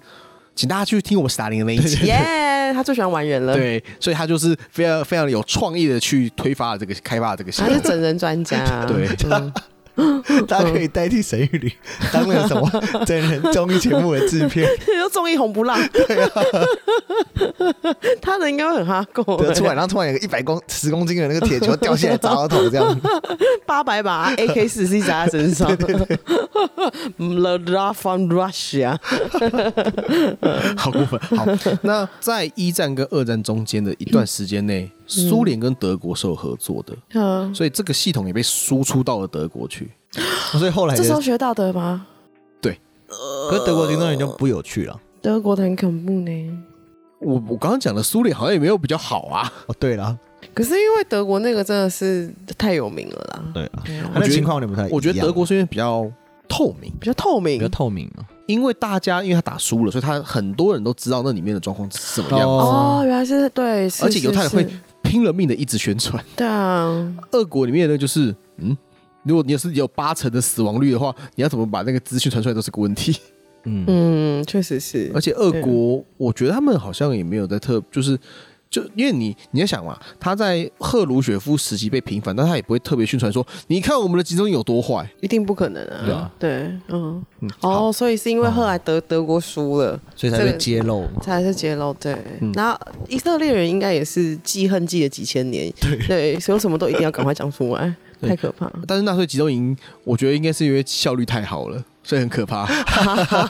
[SPEAKER 2] 请大家去听我们史达林的那一集。
[SPEAKER 3] 耶、他最喜欢玩人了，
[SPEAKER 2] 对，所以他就是非常非常有创意的去推发了这个开发了这个系
[SPEAKER 3] 他是
[SPEAKER 2] 统。
[SPEAKER 3] 整人专家、啊嗯
[SPEAKER 2] 对，
[SPEAKER 1] 大家可以代替沈玉琳当那个什 么真人综艺节目的制 片，
[SPEAKER 3] 又综艺红不让，
[SPEAKER 1] 啊
[SPEAKER 3] 他的应该会很哈够欸
[SPEAKER 1] 对，出来然后突然有个一百公十公斤的那个铁球掉下来砸到头，这样
[SPEAKER 3] 八百把 AK 四 C 砸在身上。La La from Russia，
[SPEAKER 2] 好过分。好，那在一战跟二战中间的一段时间内，苏联跟德国是有合作的，
[SPEAKER 3] 嗯，
[SPEAKER 2] 所以这个系统也被输出到了德国去。
[SPEAKER 1] 所以后
[SPEAKER 2] 哎
[SPEAKER 1] 来
[SPEAKER 3] 这
[SPEAKER 1] 的
[SPEAKER 3] 时候学到的吗？
[SPEAKER 1] 可是德国军中人就不有趣了。
[SPEAKER 3] 德国的很恐怖呢。
[SPEAKER 2] 我我刚刚讲的苏联好像也没有比较好啊，
[SPEAKER 1] 哦，对了，
[SPEAKER 3] 可是因为德国那个真的是太有名了啦，
[SPEAKER 1] 对啊，
[SPEAKER 3] 对啊
[SPEAKER 1] 他
[SPEAKER 2] 我
[SPEAKER 1] 的
[SPEAKER 2] 觉得
[SPEAKER 1] 情况有点不太一样。
[SPEAKER 2] 我觉得德国是因为比较透明，
[SPEAKER 3] 比较透
[SPEAKER 1] 比
[SPEAKER 3] 明
[SPEAKER 1] 较透明啊，
[SPEAKER 2] 因为大家因为他打输了，所以他很多人都知道那里面的状况是什么样子，
[SPEAKER 1] 哦
[SPEAKER 3] 哦，原来是对，是
[SPEAKER 2] 而且犹太人会
[SPEAKER 3] 是是
[SPEAKER 2] 拼了命的一直宣传。
[SPEAKER 3] 对啊，
[SPEAKER 2] 俄国里面呢，就是嗯。如果你是有八成的死亡率的话，你要怎么把那个资讯传出来都是个问题。
[SPEAKER 1] 嗯，
[SPEAKER 3] 嗯，确实是
[SPEAKER 2] 而，且俄国，我觉得他们好像也没有在特，就是就因为你你要想嘛，他在赫鲁雪夫时期被平反，但他也不会特别宣传说，你看我们的集中营有多坏。
[SPEAKER 3] 一定不可能
[SPEAKER 2] 对
[SPEAKER 3] 啊
[SPEAKER 2] 啊，
[SPEAKER 3] 对，嗯，
[SPEAKER 2] 嗯，好，
[SPEAKER 3] 哦，所以是因为后来德德国输了。
[SPEAKER 1] 所以才
[SPEAKER 3] 这
[SPEAKER 1] 被
[SPEAKER 3] 个
[SPEAKER 1] 揭露 嘛。
[SPEAKER 3] 才是揭露对
[SPEAKER 2] 嗯。
[SPEAKER 3] 然后以色列人应该也是记恨记了几千年，对，所以什么都一定要赶快讲出来，
[SPEAKER 2] 对
[SPEAKER 3] 太可怕了。
[SPEAKER 2] 但是纳粹集中营，我觉得应该是因为效率太好了，所以很可怕。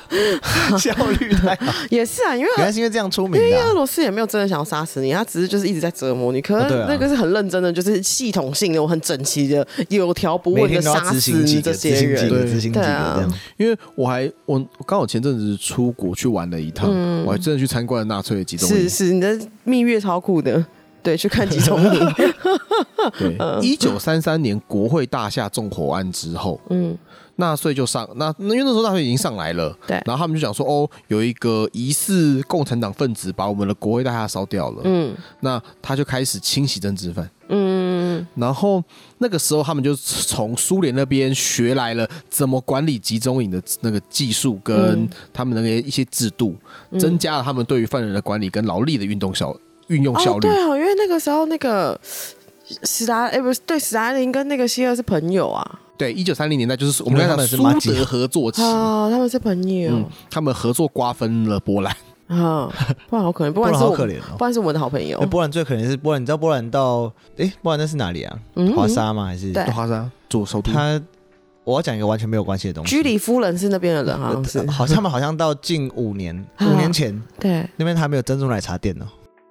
[SPEAKER 1] 效率太好，
[SPEAKER 3] 也是啊，因为
[SPEAKER 1] 原来是因为这样出名
[SPEAKER 3] 因为
[SPEAKER 1] 的
[SPEAKER 3] 俄
[SPEAKER 1] 啊。
[SPEAKER 3] 罗斯也没有真的想要杀死你，他只是就是一直在折磨你。可
[SPEAKER 1] 哦
[SPEAKER 3] 是
[SPEAKER 1] 对啊
[SPEAKER 3] 那个是很认真的，就是系统性的，我很整齐的、有条不
[SPEAKER 1] 每
[SPEAKER 3] 紊的
[SPEAKER 1] 天都要
[SPEAKER 3] 杀
[SPEAKER 1] 执
[SPEAKER 3] 死
[SPEAKER 1] 行几个，
[SPEAKER 3] 这
[SPEAKER 1] 执
[SPEAKER 3] 些
[SPEAKER 1] 行几
[SPEAKER 3] 人。
[SPEAKER 1] 个，
[SPEAKER 2] 对
[SPEAKER 1] 执行几个
[SPEAKER 3] 对啊
[SPEAKER 1] 这样。
[SPEAKER 2] 因为我还我我刚好前阵子出国去玩了一趟，我还真的去参观了纳粹的集中
[SPEAKER 3] 是
[SPEAKER 2] 营。
[SPEAKER 3] 是，你的蜜月超酷的，对，去看集中 营。
[SPEAKER 2] 对，
[SPEAKER 3] 呃
[SPEAKER 2] 一九三三年国会大厦纵火案之后，
[SPEAKER 3] 嗯，
[SPEAKER 2] 纳粹就上那，那因为那时候纳粹已经上来了，
[SPEAKER 3] 对
[SPEAKER 2] 然后他们就讲说，哦，有一个疑似共产党分子把我们的国会大厦烧掉了，
[SPEAKER 3] 嗯
[SPEAKER 2] 那他就开始清洗政治犯，
[SPEAKER 3] 嗯，
[SPEAKER 2] 然后那个时候他们就从苏联那边学来了怎么管理集中营的那个技术跟
[SPEAKER 3] 嗯
[SPEAKER 2] 他们的那个一些制度，增加了他们对于犯人的管理跟劳力的运动效运用效
[SPEAKER 3] 哦，
[SPEAKER 2] 率，
[SPEAKER 3] 对哦，因为那个时候那个史达，哎、不是对，史达林跟那个希尔是朋友啊，
[SPEAKER 2] 对，一九三零年代就是我们
[SPEAKER 1] 因为他
[SPEAKER 2] 刚才
[SPEAKER 3] 哦
[SPEAKER 1] 们是马
[SPEAKER 2] 讲
[SPEAKER 1] 基
[SPEAKER 2] 苏德合作期，
[SPEAKER 3] 啊，他们是朋
[SPEAKER 2] 嗯
[SPEAKER 3] 友，
[SPEAKER 2] 他们合作瓜分了波兰。
[SPEAKER 3] 啊，不然好可怜，不
[SPEAKER 1] 波
[SPEAKER 3] 然
[SPEAKER 1] 兰
[SPEAKER 3] 是
[SPEAKER 1] 嗯好
[SPEAKER 3] 我，
[SPEAKER 1] 可怜哦
[SPEAKER 3] 不。然是我的好朋友
[SPEAKER 1] 那，波兰最可怜是波兰，你知道波兰到诶，波兰那是哪里啊？
[SPEAKER 3] 嗯
[SPEAKER 1] 华沙吗？还是
[SPEAKER 3] 对
[SPEAKER 2] 华沙做首都，
[SPEAKER 1] 他？我要讲一个完全没有关系的东西。
[SPEAKER 3] 居里夫人是那边的人，好像是
[SPEAKER 1] 呃，好像他们好像到近五 年，
[SPEAKER 3] 啊
[SPEAKER 1] 五年前
[SPEAKER 3] 对，
[SPEAKER 1] 那边还没有珍珠奶茶 店呢。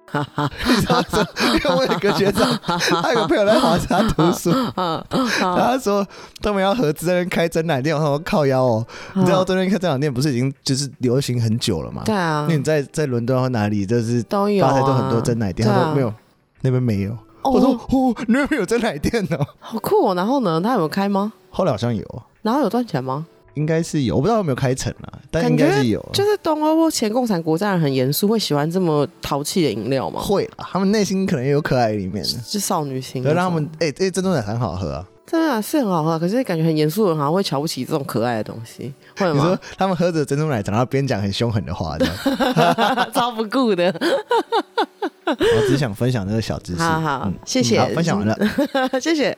[SPEAKER 1] 你知道吗因为我有个学长，他有个朋友在华沙读 书，
[SPEAKER 3] 啊，
[SPEAKER 1] 然后他说他们要合资在那边开珍奶店，我说靠腰哦，你知道这边开珍奶店不是已经就是流行很久了吗？
[SPEAKER 3] 嗯对啊
[SPEAKER 1] 因为，你在在伦敦或哪里，就是
[SPEAKER 3] 都有
[SPEAKER 1] 吧
[SPEAKER 3] 啊，
[SPEAKER 1] 台都很多珍奶店，
[SPEAKER 3] 对
[SPEAKER 1] 他
[SPEAKER 3] 啊
[SPEAKER 1] 说没有，那边没有，我说哦，你那边有真奶店呢、
[SPEAKER 3] 好酷哦！然后呢，他有开吗？
[SPEAKER 1] 后来好像有，
[SPEAKER 3] 然后有赚钱吗？
[SPEAKER 1] 应该是有，我不知道有没有开成啊，但
[SPEAKER 3] 感
[SPEAKER 1] 应
[SPEAKER 3] 觉
[SPEAKER 1] 该是有。
[SPEAKER 3] 就是东欧前共产国家人很严肃，会喜欢这么淘气的饮料吗？
[SPEAKER 1] 会啦，他们内心可能也有可爱的一面的，
[SPEAKER 3] 就少女心
[SPEAKER 1] 可是
[SPEAKER 3] 那
[SPEAKER 1] 他
[SPEAKER 3] 种，
[SPEAKER 1] 们哎哎、珍珠奶茶很好喝啊。
[SPEAKER 3] 真的、啊、是很好喝，可是感觉很严肃的人好像会瞧不起这种可爱的东西，会
[SPEAKER 1] 你说
[SPEAKER 3] 吗？
[SPEAKER 1] 他们喝着珍珠奶茶，然后边讲很凶狠的话，这 样
[SPEAKER 3] 超不顾的，
[SPEAKER 1] 我只想分享这个小知识。
[SPEAKER 3] 好好
[SPEAKER 1] 嗯
[SPEAKER 3] 谢谢
[SPEAKER 1] 好分享完了。
[SPEAKER 3] 谢谢。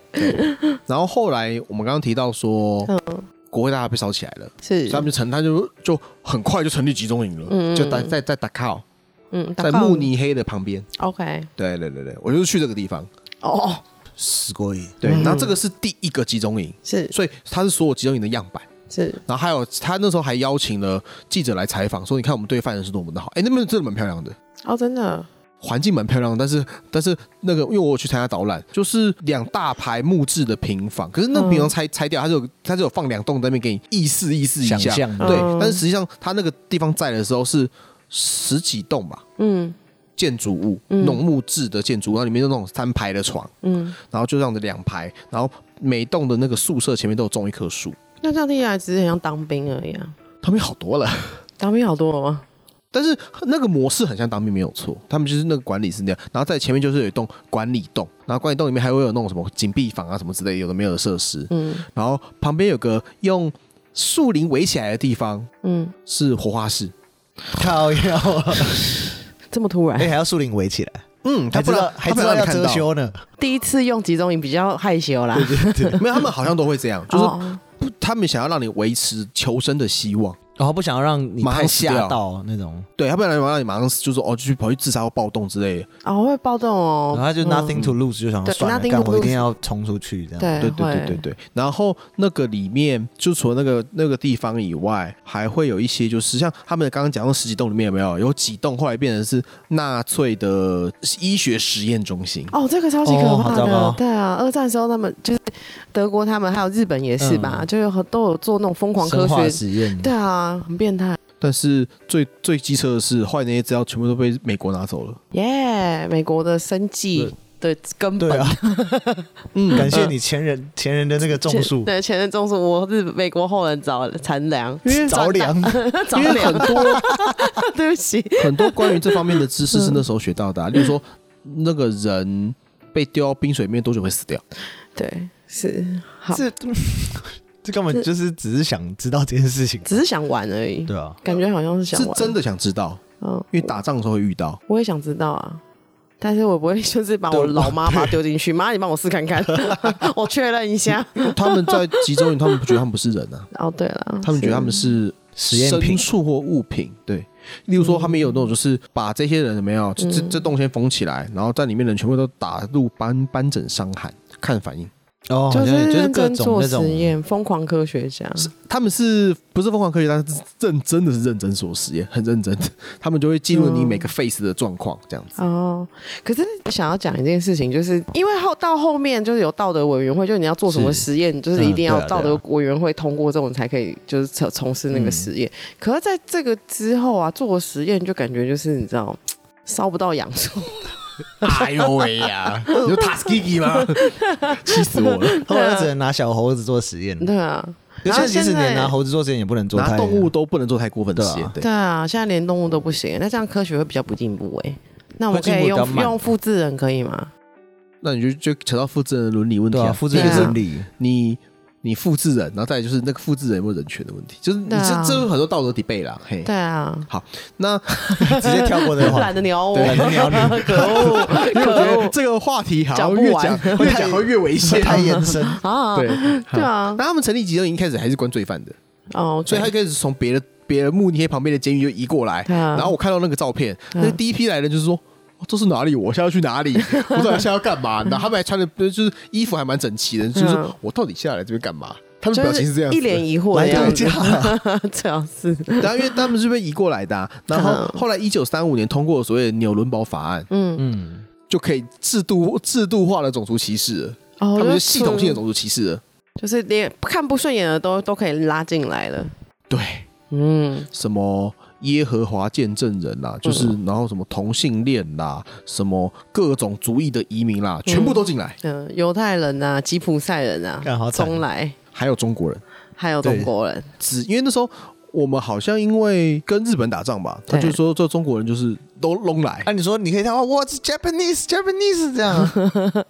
[SPEAKER 2] 然后后来我们刚刚提到说，
[SPEAKER 3] 嗯
[SPEAKER 1] 哦
[SPEAKER 2] 国会大厦被烧起来了，所
[SPEAKER 3] 是
[SPEAKER 2] 以他，们就成，他就就很快就成立集中营了，
[SPEAKER 3] 嗯嗯
[SPEAKER 2] 就在在在达卡奥，
[SPEAKER 3] 嗯，
[SPEAKER 2] 在慕尼黑的旁边。
[SPEAKER 3] ，OK，
[SPEAKER 2] 对对对对，我就是去这个地方。
[SPEAKER 3] 哦，
[SPEAKER 1] 死过瘾，
[SPEAKER 2] 对，
[SPEAKER 3] 嗯
[SPEAKER 2] 然后这个是第一个集中营，
[SPEAKER 3] 是
[SPEAKER 2] 所以它是所有集中营的样板。
[SPEAKER 3] 是，
[SPEAKER 2] 然后还有他那时候还邀请了记者来采访，说你看我们对犯人是多么的好。哎，那边真的蛮漂亮的，
[SPEAKER 3] 哦，真的，
[SPEAKER 2] 环境蛮漂亮的，但是但是那个因为我有去参加导览，就是两大排木质的平房，可是那
[SPEAKER 3] 嗯
[SPEAKER 2] 平房拆拆掉，它就有它就有放两栋在那边给你意思意思一下。
[SPEAKER 1] 想象
[SPEAKER 2] 对
[SPEAKER 3] 嗯，
[SPEAKER 2] 但是实际上它那个地方在的时候是十几栋吧。
[SPEAKER 3] 嗯
[SPEAKER 2] 建筑物，
[SPEAKER 3] 嗯
[SPEAKER 2] 那种木质的建筑物，然后里面有那种三排的床，
[SPEAKER 3] 嗯，
[SPEAKER 2] 然后就这样子两排，然后每栋的那个宿舍前面都有种一棵树，
[SPEAKER 3] 那这样听起来只是很像当兵而已啊，
[SPEAKER 2] 他们好多了。
[SPEAKER 3] 当兵好多哦了吗？
[SPEAKER 2] 但是那个模式很像当兵没有错，他们就是那个管理是那样，然后在前面就是有一栋管理栋，然后管理栋里面还会有那种什么紧闭房啊什么之类有的没有的设施，
[SPEAKER 3] 嗯
[SPEAKER 2] 然后旁边有个用树林围起来的地方
[SPEAKER 3] 嗯，
[SPEAKER 2] 是活化室，
[SPEAKER 1] 靠腰啊！
[SPEAKER 3] 这么突然
[SPEAKER 1] 哎、，还要树林围起来，
[SPEAKER 2] 嗯，他
[SPEAKER 1] 还
[SPEAKER 2] 不
[SPEAKER 1] 知
[SPEAKER 2] 知
[SPEAKER 1] 道
[SPEAKER 2] 道
[SPEAKER 1] 还知道要遮
[SPEAKER 2] 羞，
[SPEAKER 1] 羞呢。
[SPEAKER 3] 第一次用集中营比较害羞啦，
[SPEAKER 2] 没有，他们好像都会这样，就是
[SPEAKER 3] 哦，
[SPEAKER 2] 不他们想要让你维持求生的希望。
[SPEAKER 1] 然后哦不想让你
[SPEAKER 2] 马
[SPEAKER 1] 太
[SPEAKER 2] 上死掉
[SPEAKER 1] 吓到那种，
[SPEAKER 2] 对，他不然让你马上就说哦，就去跑去自杀或暴动之类的。
[SPEAKER 3] 哦，会暴动
[SPEAKER 1] 然
[SPEAKER 3] 哦，
[SPEAKER 1] 后他就 nothing to lose，就想说
[SPEAKER 3] 对
[SPEAKER 1] 算了，
[SPEAKER 3] nothing
[SPEAKER 1] 干
[SPEAKER 3] to
[SPEAKER 1] 我一
[SPEAKER 3] lose
[SPEAKER 1] 定要冲出去这样。
[SPEAKER 2] 对
[SPEAKER 3] 对
[SPEAKER 2] 对对对对。然后那个里面，就除了那个那个地方以外，还会有一些就是像他们刚刚讲到十几栋里面有没有有几栋后来变成是纳粹的医学实验中心。
[SPEAKER 3] 哦，这个超级
[SPEAKER 1] 哦
[SPEAKER 3] 可
[SPEAKER 1] 好
[SPEAKER 3] 怕
[SPEAKER 1] 糟
[SPEAKER 3] 的，
[SPEAKER 1] 糕
[SPEAKER 3] 对啊，二战时候他们就是德国，他们还有日本也是吧，
[SPEAKER 1] 嗯
[SPEAKER 3] 就有很都有做那种疯狂科
[SPEAKER 1] 生化
[SPEAKER 3] 学，
[SPEAKER 1] 实验，
[SPEAKER 3] 对啊，很变态，
[SPEAKER 2] 但是最最机车的是，后来那些资料全部都被美国拿走了。
[SPEAKER 3] 耶、美国的生计的根本
[SPEAKER 1] 对，啊，
[SPEAKER 2] 嗯
[SPEAKER 1] 感 谢你前人前人的那个种
[SPEAKER 3] 前
[SPEAKER 1] 树，
[SPEAKER 3] 对前任种树，我日美国后人着残粮，
[SPEAKER 1] 着凉，
[SPEAKER 3] 着
[SPEAKER 2] 因为很
[SPEAKER 3] 凉，
[SPEAKER 2] 多
[SPEAKER 3] 对不起，
[SPEAKER 2] 很多关于这方面的知识是那时候学到的、啊，例如说那个人被丢到冰水里面多久会死掉。
[SPEAKER 3] 对，是好，
[SPEAKER 1] 这 这根本就是只是想知道这件事情，
[SPEAKER 3] 只是想玩而已，
[SPEAKER 1] 对啊，
[SPEAKER 3] 感觉好像是想
[SPEAKER 2] 是
[SPEAKER 3] 玩，
[SPEAKER 2] 真的想知道，
[SPEAKER 3] 嗯，
[SPEAKER 2] 因为打仗的时候会遇到。
[SPEAKER 3] 我也想知道啊，但是我不会就是把我
[SPEAKER 1] 对
[SPEAKER 3] 老妈把它丢进去，妈你帮我试看 看，我确认一下。
[SPEAKER 2] 他们在集中营，他们不觉得他们不是人啊，
[SPEAKER 3] 哦，对了，
[SPEAKER 2] 他们觉得他们是
[SPEAKER 1] 实验品
[SPEAKER 2] 牲畜或物品。对，例如说他们也有那种，就是把这些人有没有这这
[SPEAKER 1] 嗯
[SPEAKER 2] 这洞先封起来，然后在里面的人全部都打入斑斑疹伤寒，看反应。
[SPEAKER 1] 哦，
[SPEAKER 3] 就
[SPEAKER 1] 好像
[SPEAKER 3] 是
[SPEAKER 1] 就是
[SPEAKER 3] 认
[SPEAKER 1] 各
[SPEAKER 3] 真
[SPEAKER 1] 种
[SPEAKER 3] 做
[SPEAKER 1] 那
[SPEAKER 3] 实
[SPEAKER 1] 种
[SPEAKER 3] 验，疯狂科学家。
[SPEAKER 2] 他们是不是疯狂科学家？但是认真的是认真做实验，很认真。他们就会记录你
[SPEAKER 1] 嗯
[SPEAKER 2] 每个 face 的状况，这样子。
[SPEAKER 3] 哦，可是我想要讲一件事情，就是因为后到后面就是有道德委员会，就是你要做什么
[SPEAKER 1] 是
[SPEAKER 3] 实验，就是一定
[SPEAKER 1] 嗯
[SPEAKER 3] 要
[SPEAKER 1] 对啊
[SPEAKER 3] 道德委员会通过这种才可以，就是从从事那个实验。嗯可是在这个之后啊，做实验就感觉就是你知道。烧不到养 猪，
[SPEAKER 2] 哎呦喂呀， 你说 t a s k i 吗？气死我了！
[SPEAKER 1] 后来只能拿小猴子做实验，
[SPEAKER 3] 对啊，
[SPEAKER 1] 就
[SPEAKER 3] 然
[SPEAKER 1] 现在
[SPEAKER 3] 后
[SPEAKER 1] 即
[SPEAKER 3] 现
[SPEAKER 1] 使连
[SPEAKER 3] 在
[SPEAKER 1] 拿猴子做实验也不 能做
[SPEAKER 2] 拿
[SPEAKER 1] 太
[SPEAKER 2] 动物都不能做太过分的
[SPEAKER 1] 对啊
[SPEAKER 2] 实验，对
[SPEAKER 3] 对啊，现在连动物都不行，那这样科学会比较不进步哎、那我们
[SPEAKER 1] 会进
[SPEAKER 3] 可以
[SPEAKER 1] 步比较
[SPEAKER 3] 用
[SPEAKER 1] 慢
[SPEAKER 3] 用复制人可以吗？
[SPEAKER 2] 那你就就扯到复制人的伦理问题
[SPEAKER 1] 对
[SPEAKER 2] 啊，
[SPEAKER 1] 啊，复制人
[SPEAKER 3] 对啊
[SPEAKER 1] 伦理，
[SPEAKER 2] 你你复制人，然后再来就是那个复制人有没有人权的问题，就是你这、
[SPEAKER 3] 对啊
[SPEAKER 2] 这有很多道德 debate 啦。嘿，
[SPEAKER 3] 对啊，
[SPEAKER 2] 那
[SPEAKER 1] 直接跳过这个话
[SPEAKER 3] 懒
[SPEAKER 1] 题，
[SPEAKER 3] 得鸟我，
[SPEAKER 1] 对懒得鸟你
[SPEAKER 3] 可恶，
[SPEAKER 2] 因为我觉
[SPEAKER 3] 可
[SPEAKER 2] 得
[SPEAKER 3] 恶
[SPEAKER 2] 这个话题好像
[SPEAKER 3] 讲不
[SPEAKER 2] 越
[SPEAKER 3] 完
[SPEAKER 2] 讲越讲会越危险。
[SPEAKER 1] 太延 伸，
[SPEAKER 3] 啊！
[SPEAKER 2] 对
[SPEAKER 3] 对啊，
[SPEAKER 2] 那他们成立集中营一开始还是关罪犯的，
[SPEAKER 3] 哦，
[SPEAKER 2] 所以他一开始从别的别的慕尼黑旁边的监狱就移过来。
[SPEAKER 3] 对啊
[SPEAKER 2] 然后我看到那个照片，那第一批来的就是说。哦这是哪里？我现在要去哪里？我到底现在要干嘛？然后他们还穿的，就是衣服还蛮整齐的，就是说我到底现在来这边干嘛？他们
[SPEAKER 3] 就
[SPEAKER 2] 表情是这样子
[SPEAKER 3] 一
[SPEAKER 2] 的，
[SPEAKER 3] 脸疑惑的
[SPEAKER 1] 来
[SPEAKER 3] 样
[SPEAKER 1] 度
[SPEAKER 3] 子
[SPEAKER 1] 假，
[SPEAKER 3] 最好是，
[SPEAKER 2] 然后因为他们是被移过来的啊、然后后来一九三五年通过所谓的纽伦堡法案，
[SPEAKER 3] 嗯，
[SPEAKER 1] 嗯，
[SPEAKER 2] 就可以制度制度化的种族歧视了，
[SPEAKER 3] 哦
[SPEAKER 2] 他们就系统性的
[SPEAKER 3] 就
[SPEAKER 2] 种族歧视了。
[SPEAKER 3] 是就是连看不顺眼的都都可以拉进来了，
[SPEAKER 2] 对，
[SPEAKER 3] 嗯，
[SPEAKER 2] 什么耶和华见证人啦、就是然后什么同性恋啦，什么各种族裔的移民啦，全部都进来，
[SPEAKER 3] 嗯、犹太人啊，吉普赛人啊
[SPEAKER 1] 干好，惨
[SPEAKER 3] 中来
[SPEAKER 2] 还有中国人。
[SPEAKER 3] 还有中国人，
[SPEAKER 2] 只因为那时候我们好像因为跟日本打仗吧，他
[SPEAKER 3] 对
[SPEAKER 2] 就说这中国人就是都拢来，
[SPEAKER 1] 啊，你说你可以看，我是 Japanese Japanese 这 样，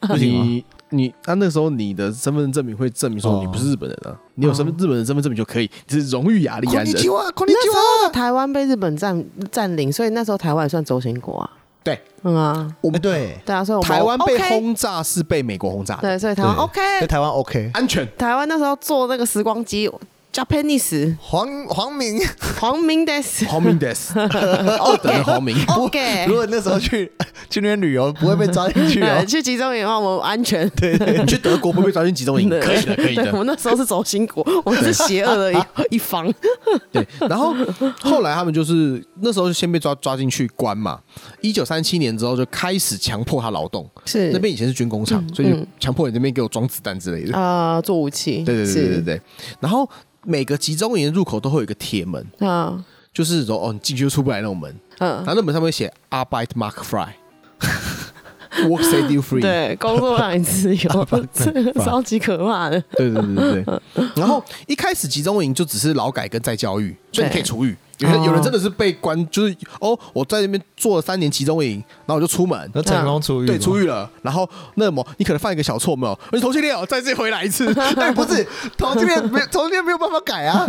[SPEAKER 1] 不行吗？
[SPEAKER 2] 你你啊那时候你的身份证明会证明说
[SPEAKER 1] 哦
[SPEAKER 2] 你不是日本人啊，你有身
[SPEAKER 3] 哦
[SPEAKER 2] 份日本人身份证明就可以，你是荣誉雅利安
[SPEAKER 1] 空
[SPEAKER 2] 人
[SPEAKER 3] Oh,
[SPEAKER 1] 地。球啊，空地
[SPEAKER 3] 那
[SPEAKER 1] 球
[SPEAKER 3] 时
[SPEAKER 1] 啊！
[SPEAKER 3] 候台湾被日本占占领，所以那时候台湾也算轴心国啊。
[SPEAKER 2] 对，
[SPEAKER 3] 嗯啊，
[SPEAKER 1] 我们哎对，
[SPEAKER 3] 对啊，所以我们
[SPEAKER 2] 台湾被
[SPEAKER 3] OK，
[SPEAKER 2] 轰炸是被美国轰炸的，
[SPEAKER 3] 对，所以台湾
[SPEAKER 1] 对
[SPEAKER 3] OK，
[SPEAKER 1] 在台湾 OK。
[SPEAKER 2] 安全。
[SPEAKER 3] 台湾那时候坐那个时光机，Japanese
[SPEAKER 1] 黄黄明，
[SPEAKER 3] 黄明 des
[SPEAKER 2] 黄明 des，二等的黄明，
[SPEAKER 3] OK，
[SPEAKER 1] 如果那时候去 去那边旅游，不会被抓进去 哦
[SPEAKER 2] 啊
[SPEAKER 3] 对，。去集中营的话，我们安全。
[SPEAKER 2] 你去德国不会被抓进集中营，可以的，可以
[SPEAKER 3] 对我
[SPEAKER 2] 的。
[SPEAKER 3] 们那时候是轴心国， 我们是邪恶的 一一方。
[SPEAKER 2] 对，然后后来他们就是那时候就先被抓抓进去关嘛，一九三七年之后就开始强迫他劳动，
[SPEAKER 3] 是
[SPEAKER 2] 那边以前是军工厂，所以就强迫你那边给我装子弹之类的。
[SPEAKER 3] 啊，做武器，
[SPEAKER 2] 对对对对对
[SPEAKER 3] 是
[SPEAKER 2] 对。然后每个集中营入口都会有一个铁门，
[SPEAKER 3] 啊，
[SPEAKER 2] 就是说哦，你进去就出不来那种门。然
[SPEAKER 3] 嗯，
[SPEAKER 2] 后那门上面会写 “Arbeit Mark Fry”。Work set you free。
[SPEAKER 3] 对，工作让你自 由，这个超级可怕的。
[SPEAKER 2] 对对对对对。 然后一开始集中营就只是劳改跟再教育，所以你可以出狱。有人
[SPEAKER 3] 哦
[SPEAKER 2] 有人真的是被关，就是哦，我在那边做了三年集中营，然后我就出门，
[SPEAKER 1] 那成功出狱，
[SPEAKER 2] 对， 出。狱了。然后那么你可能犯一个小错没有，而且同性恋哦，再次回来一次。
[SPEAKER 1] 哎，不是，同性恋没有同性恋没有办法改啊！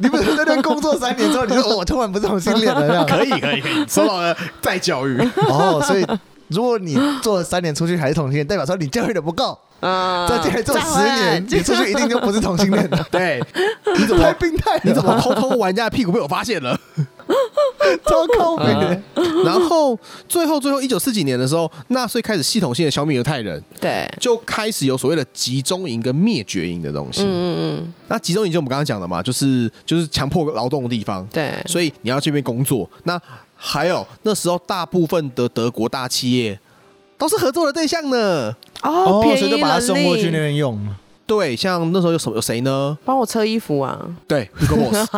[SPEAKER 1] 你不是在那工作三年之后，你说哦我突然不是同性恋了这样？
[SPEAKER 2] 可以可以可以，收到了再教育。。
[SPEAKER 1] 哦，所以如果你做了三年出去还是同性恋，代表说你教育的不够，
[SPEAKER 3] 啊，
[SPEAKER 1] 在家里做十年， 你出去一定就不是同性恋了
[SPEAKER 2] 对，
[SPEAKER 1] 你怎么太病态了？
[SPEAKER 2] 你怎么偷偷玩人家的屁股被我发现 了？
[SPEAKER 1] 超靠北
[SPEAKER 2] 嗯
[SPEAKER 1] 的？
[SPEAKER 2] 然后最后最后一九四几年的时候，纳粹开始系统性的消灭犹太人，
[SPEAKER 3] 对，
[SPEAKER 2] 就开始有所谓的集中营跟灭绝营的东西。
[SPEAKER 3] 嗯嗯嗯，
[SPEAKER 2] 那集中营就我们刚刚讲的嘛，就是就是强迫劳动的地方，
[SPEAKER 3] 对，
[SPEAKER 2] 所以你要去那边工作。那还有那时候大部分的德国大企业都是合作的对象呢。
[SPEAKER 3] 哦，便
[SPEAKER 1] 所以
[SPEAKER 3] 宜
[SPEAKER 1] 就把它送过去那
[SPEAKER 3] 人力，
[SPEAKER 1] 边用。
[SPEAKER 2] 对，像那时候有什么有谁呢？
[SPEAKER 3] 帮我车衣服啊
[SPEAKER 2] 对，Hugo Boss，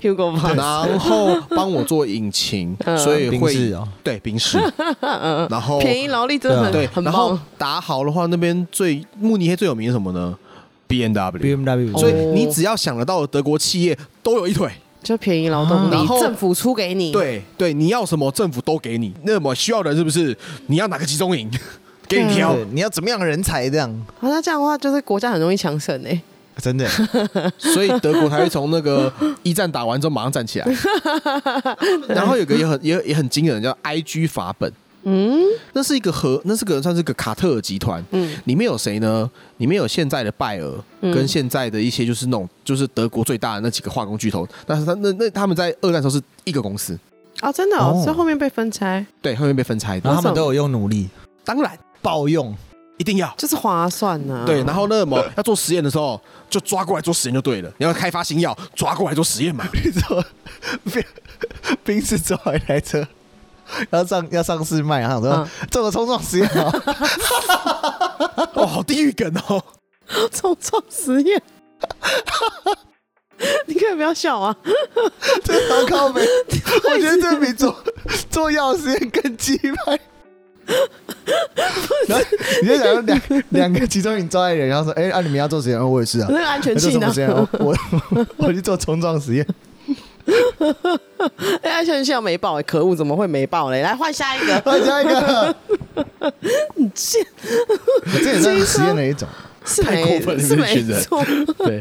[SPEAKER 3] ，Hugo 吧，
[SPEAKER 2] 然后帮我做引擎，
[SPEAKER 3] 嗯
[SPEAKER 2] 所以
[SPEAKER 1] 宾士
[SPEAKER 2] 会
[SPEAKER 1] 哦
[SPEAKER 2] 对宾 士，啊然后
[SPEAKER 3] 便宜劳力真的
[SPEAKER 2] 对
[SPEAKER 3] 很，
[SPEAKER 1] 啊
[SPEAKER 3] 很
[SPEAKER 2] 然后
[SPEAKER 3] 棒，
[SPEAKER 2] 打好的话，那边最慕尼黑最有名是什么呢？B N W。
[SPEAKER 1] BMW，
[SPEAKER 2] 所以
[SPEAKER 3] 哦
[SPEAKER 2] 你只要想得到的德国企业都有一腿，
[SPEAKER 3] 就便宜劳
[SPEAKER 1] 嗯
[SPEAKER 3] 动
[SPEAKER 2] 啊然
[SPEAKER 3] 力，
[SPEAKER 2] 后
[SPEAKER 3] 政府出给你，
[SPEAKER 2] 对对，你要什么政府都给你。那么需要的人是不是？你要哪个集中营， 给你挑
[SPEAKER 1] 对。你要怎么样的人才这样？
[SPEAKER 3] 啊，那这样的话就是国家很容易强盛哎，
[SPEAKER 1] 真的，
[SPEAKER 2] 所以德国才会从那个一战打完之后马上站起来。然后有个也很也也很惊人，叫 I G 法本。
[SPEAKER 3] 嗯，
[SPEAKER 2] 那是一个和那是个算是个卡特尔集团，
[SPEAKER 3] 嗯
[SPEAKER 2] 嗯，里面有谁呢？里面有现在的拜耳，
[SPEAKER 3] 嗯
[SPEAKER 2] 跟现在的一些就是那种就是德国最大的那几个化工巨头，但是他那那他们在二战的时候是一个公司，
[SPEAKER 3] 啊，真的哦
[SPEAKER 1] 哦，
[SPEAKER 3] 所以后面被分拆
[SPEAKER 2] 对，后面被分拆的，
[SPEAKER 1] 然后他们都有用努力，
[SPEAKER 2] 当然
[SPEAKER 1] 暴用，
[SPEAKER 2] 一定要。
[SPEAKER 3] 就是划算啊呐，
[SPEAKER 2] 对， 然后那么要做实验的时候，就抓过来做实验就对了。你要开发新药，抓过来做实验 嘛。
[SPEAKER 1] 你知道吗，冰 冰是抓一台车，要上要上市卖，然后说、做个冲撞实验哦，
[SPEAKER 2] 哦，好地狱梗哦！
[SPEAKER 3] 重创实验。 你可以不要笑啊！
[SPEAKER 1] 这超靠北，我觉得这比做 做药实验更鸡掰。然后你就想说两两个集中营抓一人，然后说：“哎、啊你们要做实验，哦我也是啊
[SPEAKER 3] 那。个安”全
[SPEAKER 1] 那做
[SPEAKER 3] 气
[SPEAKER 1] 什
[SPEAKER 3] 囊
[SPEAKER 1] 么实，验？哦我我我去做冲撞实验。
[SPEAKER 3] 哎，安全气囊没爆哎，可恶，怎么会没爆嘞？来换下一个，
[SPEAKER 1] 再加哦一个，
[SPEAKER 3] 是
[SPEAKER 1] 这也算是实验的一种。
[SPEAKER 3] 是
[SPEAKER 2] 太
[SPEAKER 3] 没
[SPEAKER 2] 过分了
[SPEAKER 3] 是
[SPEAKER 2] 这群
[SPEAKER 3] 没
[SPEAKER 2] 人
[SPEAKER 3] 错，
[SPEAKER 2] 对，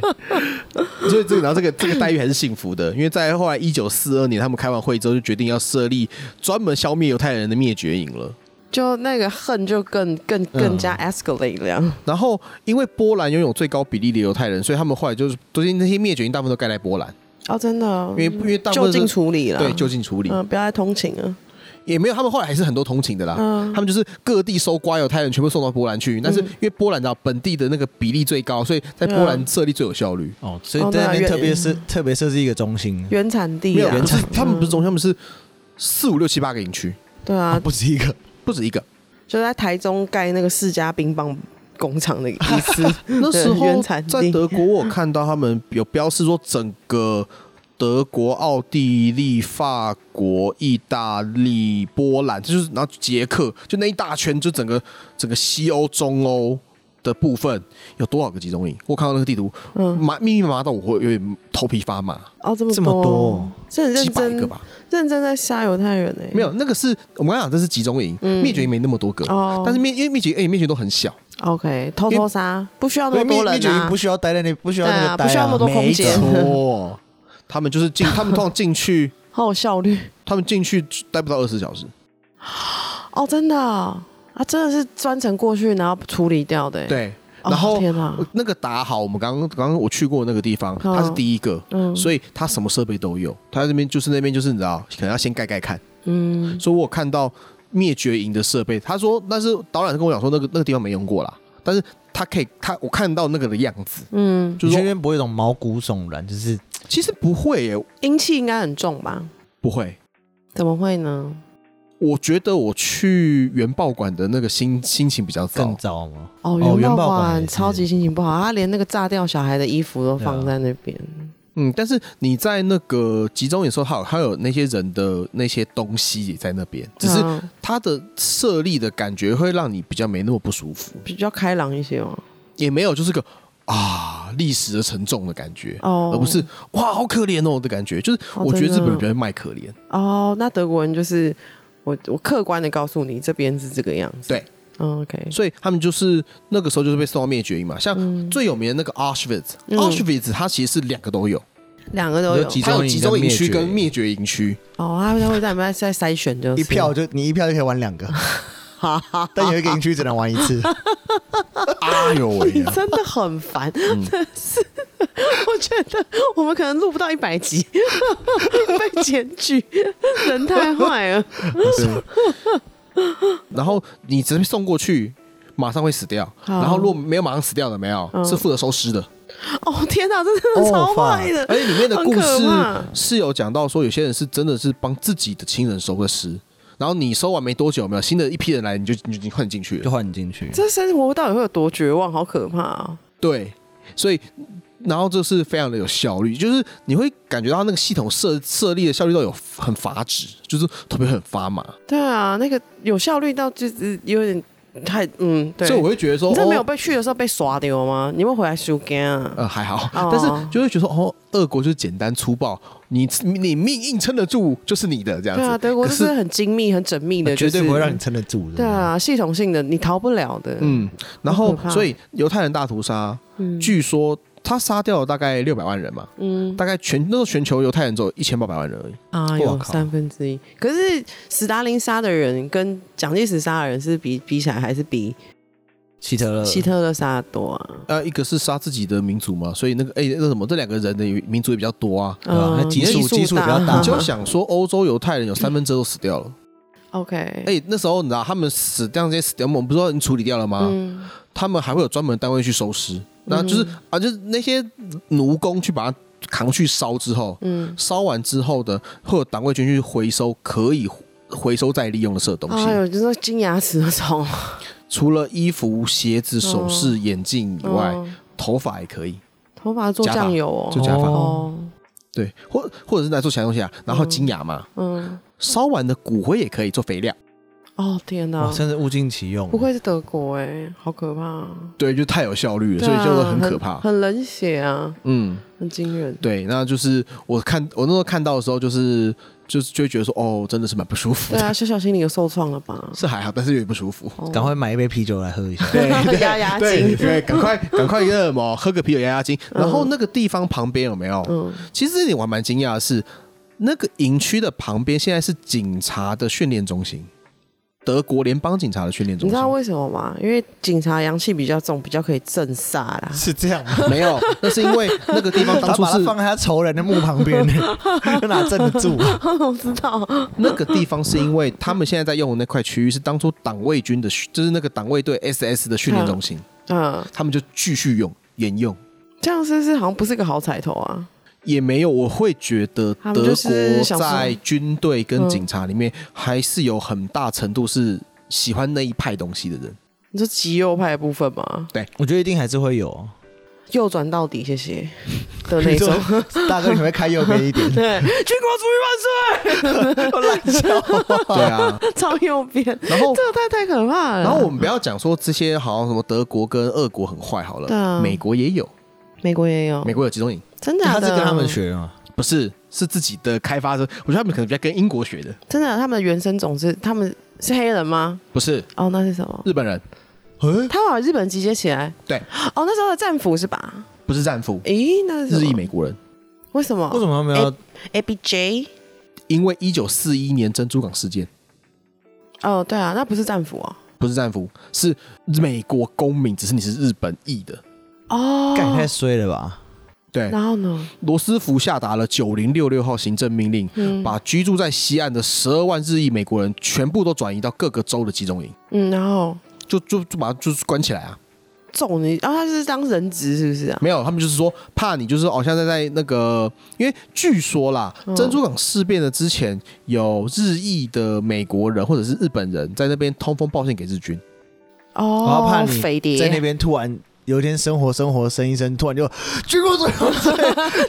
[SPEAKER 2] 所以这个然后这个这个待遇还是幸福的，因为在后来一九四二年他们开完会之后，就决定要设立专门消灭犹太人的灭绝营了。
[SPEAKER 3] 就那个恨就更更
[SPEAKER 2] 嗯
[SPEAKER 3] 更加 escalate 了呀。
[SPEAKER 2] 然后因为波兰拥有最高比例的犹太人，所以他们后来就是都是那些灭绝营大部分都盖在波兰，
[SPEAKER 3] 哦，真的哦
[SPEAKER 2] 因，为因为大部
[SPEAKER 3] 就
[SPEAKER 2] 分是
[SPEAKER 3] 近处理了，
[SPEAKER 2] 对就近处理，啊
[SPEAKER 3] 嗯，不要再通勤了。
[SPEAKER 2] 也没有他们后来还是很多同情的啦。他们就是各地收刮犹太人，全部送到波兰去。但是因为波兰的本地的那个比例最高，所以在波兰设立最有效率。
[SPEAKER 1] 哦，所以
[SPEAKER 3] 哦
[SPEAKER 1] 在那
[SPEAKER 3] 那
[SPEAKER 1] 边特别
[SPEAKER 3] 原
[SPEAKER 1] 设特别设置一个中心，
[SPEAKER 3] 原产地
[SPEAKER 2] 没有
[SPEAKER 3] 啊，
[SPEAKER 2] 不是他们不是中心，他们是四五六七八个营区，
[SPEAKER 3] 对啊，
[SPEAKER 1] 不止一个。
[SPEAKER 2] 不止一个。
[SPEAKER 3] 就在台中盖那个世家冰棒工厂 的 意思。
[SPEAKER 2] 那时
[SPEAKER 3] 对
[SPEAKER 2] 候
[SPEAKER 3] 原产地
[SPEAKER 2] 在德国，我有看到他们有标示说整个德国、奥地利、法国、意大利、波兰，这就是然后捷克，就那一大圈，就整个整个西欧、中欧的部分有多少个集中营？我看到那个地图，
[SPEAKER 3] 嗯
[SPEAKER 2] 麻密密麻麻到我会有点头皮发麻，
[SPEAKER 3] 哦，这么
[SPEAKER 1] 这么多
[SPEAKER 3] 多，这很
[SPEAKER 2] 几
[SPEAKER 3] 认
[SPEAKER 2] 百
[SPEAKER 3] 真
[SPEAKER 2] 个吧。
[SPEAKER 3] 认真在杀犹太人呢、欸
[SPEAKER 2] 没有，那个是我们刚刚讲这是集中营，灭绝营没那么多个，
[SPEAKER 3] 嗯哦
[SPEAKER 2] 但是灭因为灭绝哎灭绝都很小，
[SPEAKER 3] OK，偷偷杀，不需要那么
[SPEAKER 1] 灭
[SPEAKER 3] 多
[SPEAKER 1] 灭
[SPEAKER 3] 人
[SPEAKER 1] 绝营
[SPEAKER 3] 啊
[SPEAKER 1] 不。需要待在那，不需要
[SPEAKER 3] 对
[SPEAKER 1] 那
[SPEAKER 3] 啊
[SPEAKER 1] 个
[SPEAKER 3] 不
[SPEAKER 1] 待
[SPEAKER 3] 需要那么多空
[SPEAKER 1] 每一
[SPEAKER 3] 间
[SPEAKER 2] 嗯
[SPEAKER 1] 个
[SPEAKER 2] 错，他们就是进，他们通常进去，
[SPEAKER 3] 好有效率
[SPEAKER 2] 他们进去待不到二十小时，
[SPEAKER 3] 哦，真的啊，啊真的是专程过去然后处理掉的、欸。，
[SPEAKER 2] 对，
[SPEAKER 3] 哦、
[SPEAKER 2] 然后
[SPEAKER 3] 天哪，
[SPEAKER 2] 那个打好，我们刚刚刚刚我去过那个地方，
[SPEAKER 3] 嗯
[SPEAKER 2] 它是第一个，
[SPEAKER 3] 嗯
[SPEAKER 2] 所以它什么设备都有。它那边就是那边就是你知道，可能要先盖盖看。
[SPEAKER 3] 嗯，
[SPEAKER 2] 所以我有看到灭绝营的设备，他说，但是导览跟我讲说那个那个地方没用过啦，但是他可以，他我看到那个的样子，
[SPEAKER 3] 嗯，
[SPEAKER 2] 就
[SPEAKER 1] 就是是那
[SPEAKER 2] 说
[SPEAKER 1] 边不会有一种毛骨悚然，就是
[SPEAKER 2] 其实不会耶，
[SPEAKER 3] 阴气应该很重吧？
[SPEAKER 2] 不会。
[SPEAKER 3] 怎么会呢？
[SPEAKER 2] 我觉得我去原爆馆的那个心心情比较
[SPEAKER 1] 更
[SPEAKER 2] 糟，
[SPEAKER 1] 糟吗？
[SPEAKER 3] 哦，
[SPEAKER 1] 哦
[SPEAKER 3] 原
[SPEAKER 1] 原
[SPEAKER 3] 爆
[SPEAKER 1] 爆馆
[SPEAKER 3] 馆
[SPEAKER 1] 也是
[SPEAKER 3] 超级心情不好，他连那个炸掉小孩的衣服都
[SPEAKER 1] 对啊
[SPEAKER 3] 放在那边。
[SPEAKER 2] 嗯，但是你在那个集中营的时候，还有还有那些人的那些东西也在那边，只是
[SPEAKER 3] 嗯
[SPEAKER 2] 它的设立的感觉会让你比较没那么不舒服，
[SPEAKER 3] 比较开朗一些嘛。
[SPEAKER 2] 也没有就是个啊历史的沉重的感觉，
[SPEAKER 3] 哦，
[SPEAKER 2] 而不是哇好可怜哦的感觉。就是
[SPEAKER 3] 哦
[SPEAKER 2] 我觉得
[SPEAKER 3] 真
[SPEAKER 2] 日
[SPEAKER 3] 的
[SPEAKER 2] 本人比较卖可怜，
[SPEAKER 3] 哦，那德国人就是我，我客观的告诉你，这边是这个样子。
[SPEAKER 2] 对
[SPEAKER 3] 嗯，OK，
[SPEAKER 2] 所以他们就是那个时候就是被送到灭绝营嘛。像
[SPEAKER 3] 嗯
[SPEAKER 2] 最有名的那个 Auschwitz，Auschwitz、
[SPEAKER 3] 嗯
[SPEAKER 2] 它其实是两个都有，
[SPEAKER 3] 两个都有
[SPEAKER 1] 有。集
[SPEAKER 2] 它有集中
[SPEAKER 1] 中营跟
[SPEAKER 2] 营区
[SPEAKER 1] 灭绝
[SPEAKER 2] 跟
[SPEAKER 1] 营
[SPEAKER 2] 灭绝营区。
[SPEAKER 3] 哦，他们会在在在筛选，就是
[SPEAKER 1] 一票就你一票就可以玩两个，但有一个营区只能玩一次。
[SPEAKER 2] 哎呦喂
[SPEAKER 3] 你
[SPEAKER 2] 呀！
[SPEAKER 3] 真的很烦，真的是。我觉得我们可能录不到一百集， 被检举，人太坏了。
[SPEAKER 2] 啊 然后你直接送过去，马上会死掉。
[SPEAKER 3] 好
[SPEAKER 2] 然后如果没有马上死掉的，没有、
[SPEAKER 3] 嗯
[SPEAKER 2] 是负责收尸的。
[SPEAKER 3] 哦天哪，这真的超坏的。
[SPEAKER 2] 而且里面的故
[SPEAKER 3] 很可怕
[SPEAKER 2] 事是有讲到说，有些人是真的是帮自己的亲人收的尸，然后你收完没多久，有没有新的一批人来，你就你就你换进去
[SPEAKER 1] 就
[SPEAKER 2] 了。
[SPEAKER 1] 换你进去。
[SPEAKER 3] 这生活到底会有多绝望？好可怕啊！
[SPEAKER 2] 对，所以然后这是非常的有效率，就是你会感觉到那个系统设设立的效率到有很发指，就是特别很发麻。
[SPEAKER 3] 对啊，那个有效率到就是有点太嗯，对。
[SPEAKER 2] 所以我会觉得说，
[SPEAKER 3] 你真的没有
[SPEAKER 2] 哦，
[SPEAKER 3] 被去的时候被耍丢吗？你会回来修干啊？
[SPEAKER 2] 呃还好，
[SPEAKER 3] 哦
[SPEAKER 2] 但是就会觉得说，哦，俄国就是简单粗暴，你你命硬撑得住就是你的这样
[SPEAKER 3] 对
[SPEAKER 2] 子。
[SPEAKER 3] 啊，德国
[SPEAKER 2] 可
[SPEAKER 3] 就是是很精密、很缜密的，
[SPEAKER 1] 啊绝对
[SPEAKER 3] 就是
[SPEAKER 1] 不会让你撑得住的。
[SPEAKER 3] 对啊，系统性的你逃不了的。
[SPEAKER 2] 嗯，然后
[SPEAKER 3] 好可怕
[SPEAKER 2] 所以犹太人大屠杀，
[SPEAKER 3] 嗯
[SPEAKER 2] 据说他杀掉了大概六百万人嘛，
[SPEAKER 3] 嗯
[SPEAKER 2] 大概全那时候全球犹太人只有一千八百万人而已。
[SPEAKER 3] 啊，
[SPEAKER 1] 我
[SPEAKER 3] 有
[SPEAKER 1] 靠
[SPEAKER 3] 三分之一。可是史达林杀的人跟蒋介石杀的人是比比起来，还是比
[SPEAKER 1] 希特
[SPEAKER 2] 呃
[SPEAKER 1] 勒，
[SPEAKER 3] 希特勒杀的多啊？
[SPEAKER 2] 呃，一个是杀自己的民族嘛，所以那个哎、那什么，这两个人的民族也比较多啊。
[SPEAKER 1] 对吧
[SPEAKER 3] 嗯
[SPEAKER 1] 那基
[SPEAKER 2] 数
[SPEAKER 1] 基数比较大
[SPEAKER 2] 你
[SPEAKER 1] 嗯
[SPEAKER 2] 就想说，欧洲犹太人有三分之二都死掉了。
[SPEAKER 3] OK，
[SPEAKER 2] 哎、那时候你知道他们死掉这些死掉，我们不是说已经处理掉了吗？
[SPEAKER 3] 嗯
[SPEAKER 2] 他们还会有专门单位去收尸，那就是、
[SPEAKER 3] 嗯
[SPEAKER 2] 啊，就是那些奴工去把它扛去烧之后，
[SPEAKER 3] 嗯，
[SPEAKER 2] 烧完之后的会有党卫军去回收可以回收再利用的色东西，
[SPEAKER 3] 哎呦，就是金牙齿那 种
[SPEAKER 2] 除了衣服、鞋子、首饰、眼镜以外，
[SPEAKER 3] 嗯
[SPEAKER 2] 头发也可以，
[SPEAKER 3] 头发做
[SPEAKER 2] 假发
[SPEAKER 3] 酱油哦，
[SPEAKER 2] 就假发，
[SPEAKER 3] 哦，
[SPEAKER 2] 对，或或者是来做其他东西啊，然后金牙嘛，
[SPEAKER 3] 嗯，
[SPEAKER 2] 烧完的骨灰也可以做肥料，
[SPEAKER 3] 哦天哪
[SPEAKER 1] 哇，，真是物尽其用。啊
[SPEAKER 3] 不愧是德国哎，好可怕啊，
[SPEAKER 2] 对，就太有效率了，所以
[SPEAKER 3] 对啊
[SPEAKER 2] 就很可怕，
[SPEAKER 3] 很冷血啊，
[SPEAKER 2] 嗯，
[SPEAKER 3] 很惊人。
[SPEAKER 2] 对，那就是我看我那时候看到的时候，就是就是就会觉得说，哦，真的是蛮不舒服
[SPEAKER 3] 对
[SPEAKER 2] 的，
[SPEAKER 3] 啊，小小心灵有受创了吧？
[SPEAKER 2] 是还好，但是有点不舒服。
[SPEAKER 3] 哦
[SPEAKER 1] 赶快买一杯啤酒来喝一 下。
[SPEAKER 2] 对
[SPEAKER 3] 压压
[SPEAKER 2] 对
[SPEAKER 3] 惊
[SPEAKER 2] 对，赶快
[SPEAKER 3] 嗯
[SPEAKER 2] 赶快那什么，喝个啤酒压压惊。然后那个地方旁边有没有？
[SPEAKER 3] 嗯
[SPEAKER 2] 其实这点我还蛮惊讶的是，那个营区的旁边现在是警察的训练中心，德国联邦警察的训练
[SPEAKER 3] 你
[SPEAKER 2] 中
[SPEAKER 3] 知
[SPEAKER 2] 心
[SPEAKER 3] 道。为什么吗？因为警察阳气比较重，比较可以镇煞啦。
[SPEAKER 1] 是这样吗？
[SPEAKER 2] 没有，那是因为那个 地方当
[SPEAKER 1] 他
[SPEAKER 2] 初
[SPEAKER 1] 把它
[SPEAKER 2] 是
[SPEAKER 1] 放在他仇人的墓旁 边，哪镇得住啊？
[SPEAKER 3] 我知道，
[SPEAKER 2] 那个地方是因为他们现在在用的那块区域是当初党卫军的，就是那个党卫队 SS 的训练中心，
[SPEAKER 3] 嗯，
[SPEAKER 2] 他们就继续用沿用。
[SPEAKER 3] 这样是不是好像不是个好彩头啊？
[SPEAKER 2] 也没有，我会觉得
[SPEAKER 3] 他们
[SPEAKER 2] 德
[SPEAKER 3] 就是
[SPEAKER 2] 国
[SPEAKER 3] 想说嗯
[SPEAKER 2] 在军队跟警察里面还是有很大程度是喜 欢那一派东西的人。
[SPEAKER 3] 你说极右派的部分吗？
[SPEAKER 1] 我觉得一定还是会有，啊
[SPEAKER 3] 右转到底，谢谢的 那种。，
[SPEAKER 1] 大哥，你会开右边一点
[SPEAKER 3] 对，军国主义
[SPEAKER 1] 我烂笑话。
[SPEAKER 2] 对啊，
[SPEAKER 3] 万岁！超右边，
[SPEAKER 2] 然后
[SPEAKER 3] 这个太太可怕了。
[SPEAKER 2] 然后我们不要讲说这些好像什么德国跟俄国很坏好
[SPEAKER 3] 对啊
[SPEAKER 2] 了，美国也有，
[SPEAKER 3] 美国也有
[SPEAKER 2] 美，国有集中营，
[SPEAKER 3] 真的
[SPEAKER 1] 他
[SPEAKER 3] 假
[SPEAKER 1] 是
[SPEAKER 3] 的？
[SPEAKER 1] 跟他们，学的啊吗？
[SPEAKER 2] 不是是自己的开发者，我觉得他们可能比较跟英国学的，
[SPEAKER 3] 真的假的他们的原生种是他们是黑人吗？
[SPEAKER 2] 不是
[SPEAKER 3] 哦，那是什么？
[SPEAKER 2] 日本人，
[SPEAKER 3] 他们把日本集结起来。
[SPEAKER 2] 对，
[SPEAKER 3] 哦，那时候的战俘是吧？
[SPEAKER 2] 不是战俘，
[SPEAKER 3] 咦，那是什么
[SPEAKER 2] 日裔？美国人，
[SPEAKER 3] 为什么？
[SPEAKER 1] 为什么他们要？
[SPEAKER 3] A B J？
[SPEAKER 2] 因为一九四一年珍珠港事件。
[SPEAKER 3] 哦，对啊，那不是战俘哦。
[SPEAKER 2] 不是战俘，是美国公民，只是你是日本裔的。
[SPEAKER 3] 哦，
[SPEAKER 1] 干你太衰了吧！
[SPEAKER 2] 对，
[SPEAKER 3] 然后呢？
[SPEAKER 2] 罗斯福下达了九零六六号行政命令，
[SPEAKER 3] 嗯
[SPEAKER 2] 把居住在西岸的十二万日裔美国人全部都转移到各个州的集中营，
[SPEAKER 3] 嗯，然后
[SPEAKER 2] 就就就把他就是关起来啊。
[SPEAKER 3] 揍你，然后他是当人质是不是啊？
[SPEAKER 2] 没有，他们就是说怕你就是哦，像在在那个，因为据说啦，
[SPEAKER 3] 嗯
[SPEAKER 2] 珍珠港事变的之前，有日裔的美国人或者是日本人在那边通风报信给日军，
[SPEAKER 1] 我要怕
[SPEAKER 3] 哦，
[SPEAKER 1] 你
[SPEAKER 3] 飞碟
[SPEAKER 1] 在那边突然有一天生活生活生一生，突然就 军国主义万 岁，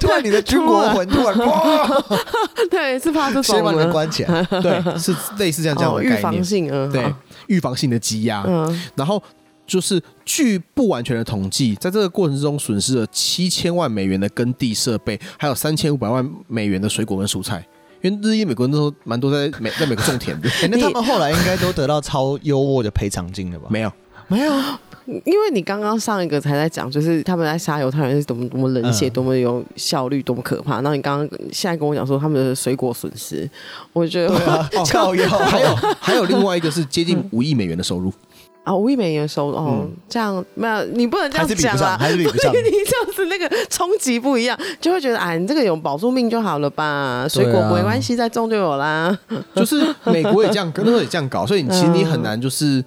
[SPEAKER 1] 突然你的军国魂突然哇，
[SPEAKER 3] 对，是怕这种
[SPEAKER 1] 先把你们
[SPEAKER 3] 的
[SPEAKER 1] 关起来。
[SPEAKER 2] 对，是类似这样这样
[SPEAKER 3] 哦，
[SPEAKER 2] 的
[SPEAKER 3] 预
[SPEAKER 2] 概
[SPEAKER 3] 防
[SPEAKER 2] 念，
[SPEAKER 3] 性，嗯，
[SPEAKER 2] 对
[SPEAKER 3] 好，
[SPEAKER 2] 预防性的积压，
[SPEAKER 3] 嗯，
[SPEAKER 2] 然后就是据不完全的统计，在这个过程中损失了七千万美元的耕地设备，还有三千五百万美元的水果跟蔬菜。因为日裔美国人那时候蛮多在美在美国种 田的，
[SPEAKER 1] 哎那他们后来应该都得到超优渥的赔偿金了吧？啊
[SPEAKER 2] 没有
[SPEAKER 1] 没有，
[SPEAKER 3] 因为你刚刚上一个才在讲，就是他们在杀犹太人是多么多么冷血、
[SPEAKER 1] 嗯
[SPEAKER 3] 多么有效率、多么可怕。然后你刚刚现在跟我讲说他们的水果损失，我觉得
[SPEAKER 1] 啊，靠腰
[SPEAKER 2] 还有还有另外一个是接近五亿美元的收入，
[SPEAKER 3] 啊，五亿美元收入哦，
[SPEAKER 2] 嗯
[SPEAKER 3] 这样没有，你不能这样
[SPEAKER 1] 还是比
[SPEAKER 3] 讲啊
[SPEAKER 1] 不
[SPEAKER 3] 啦
[SPEAKER 1] 上，，还 是比 不上
[SPEAKER 3] 因。为你这样子那个冲击不一样，就会觉得哎，你这个有保住命就好了吧，水果
[SPEAKER 1] 对啊
[SPEAKER 3] 没关系，再种就有啦。
[SPEAKER 2] 就是美国也这样，跟那时候也这样搞，所以你其实你很难就是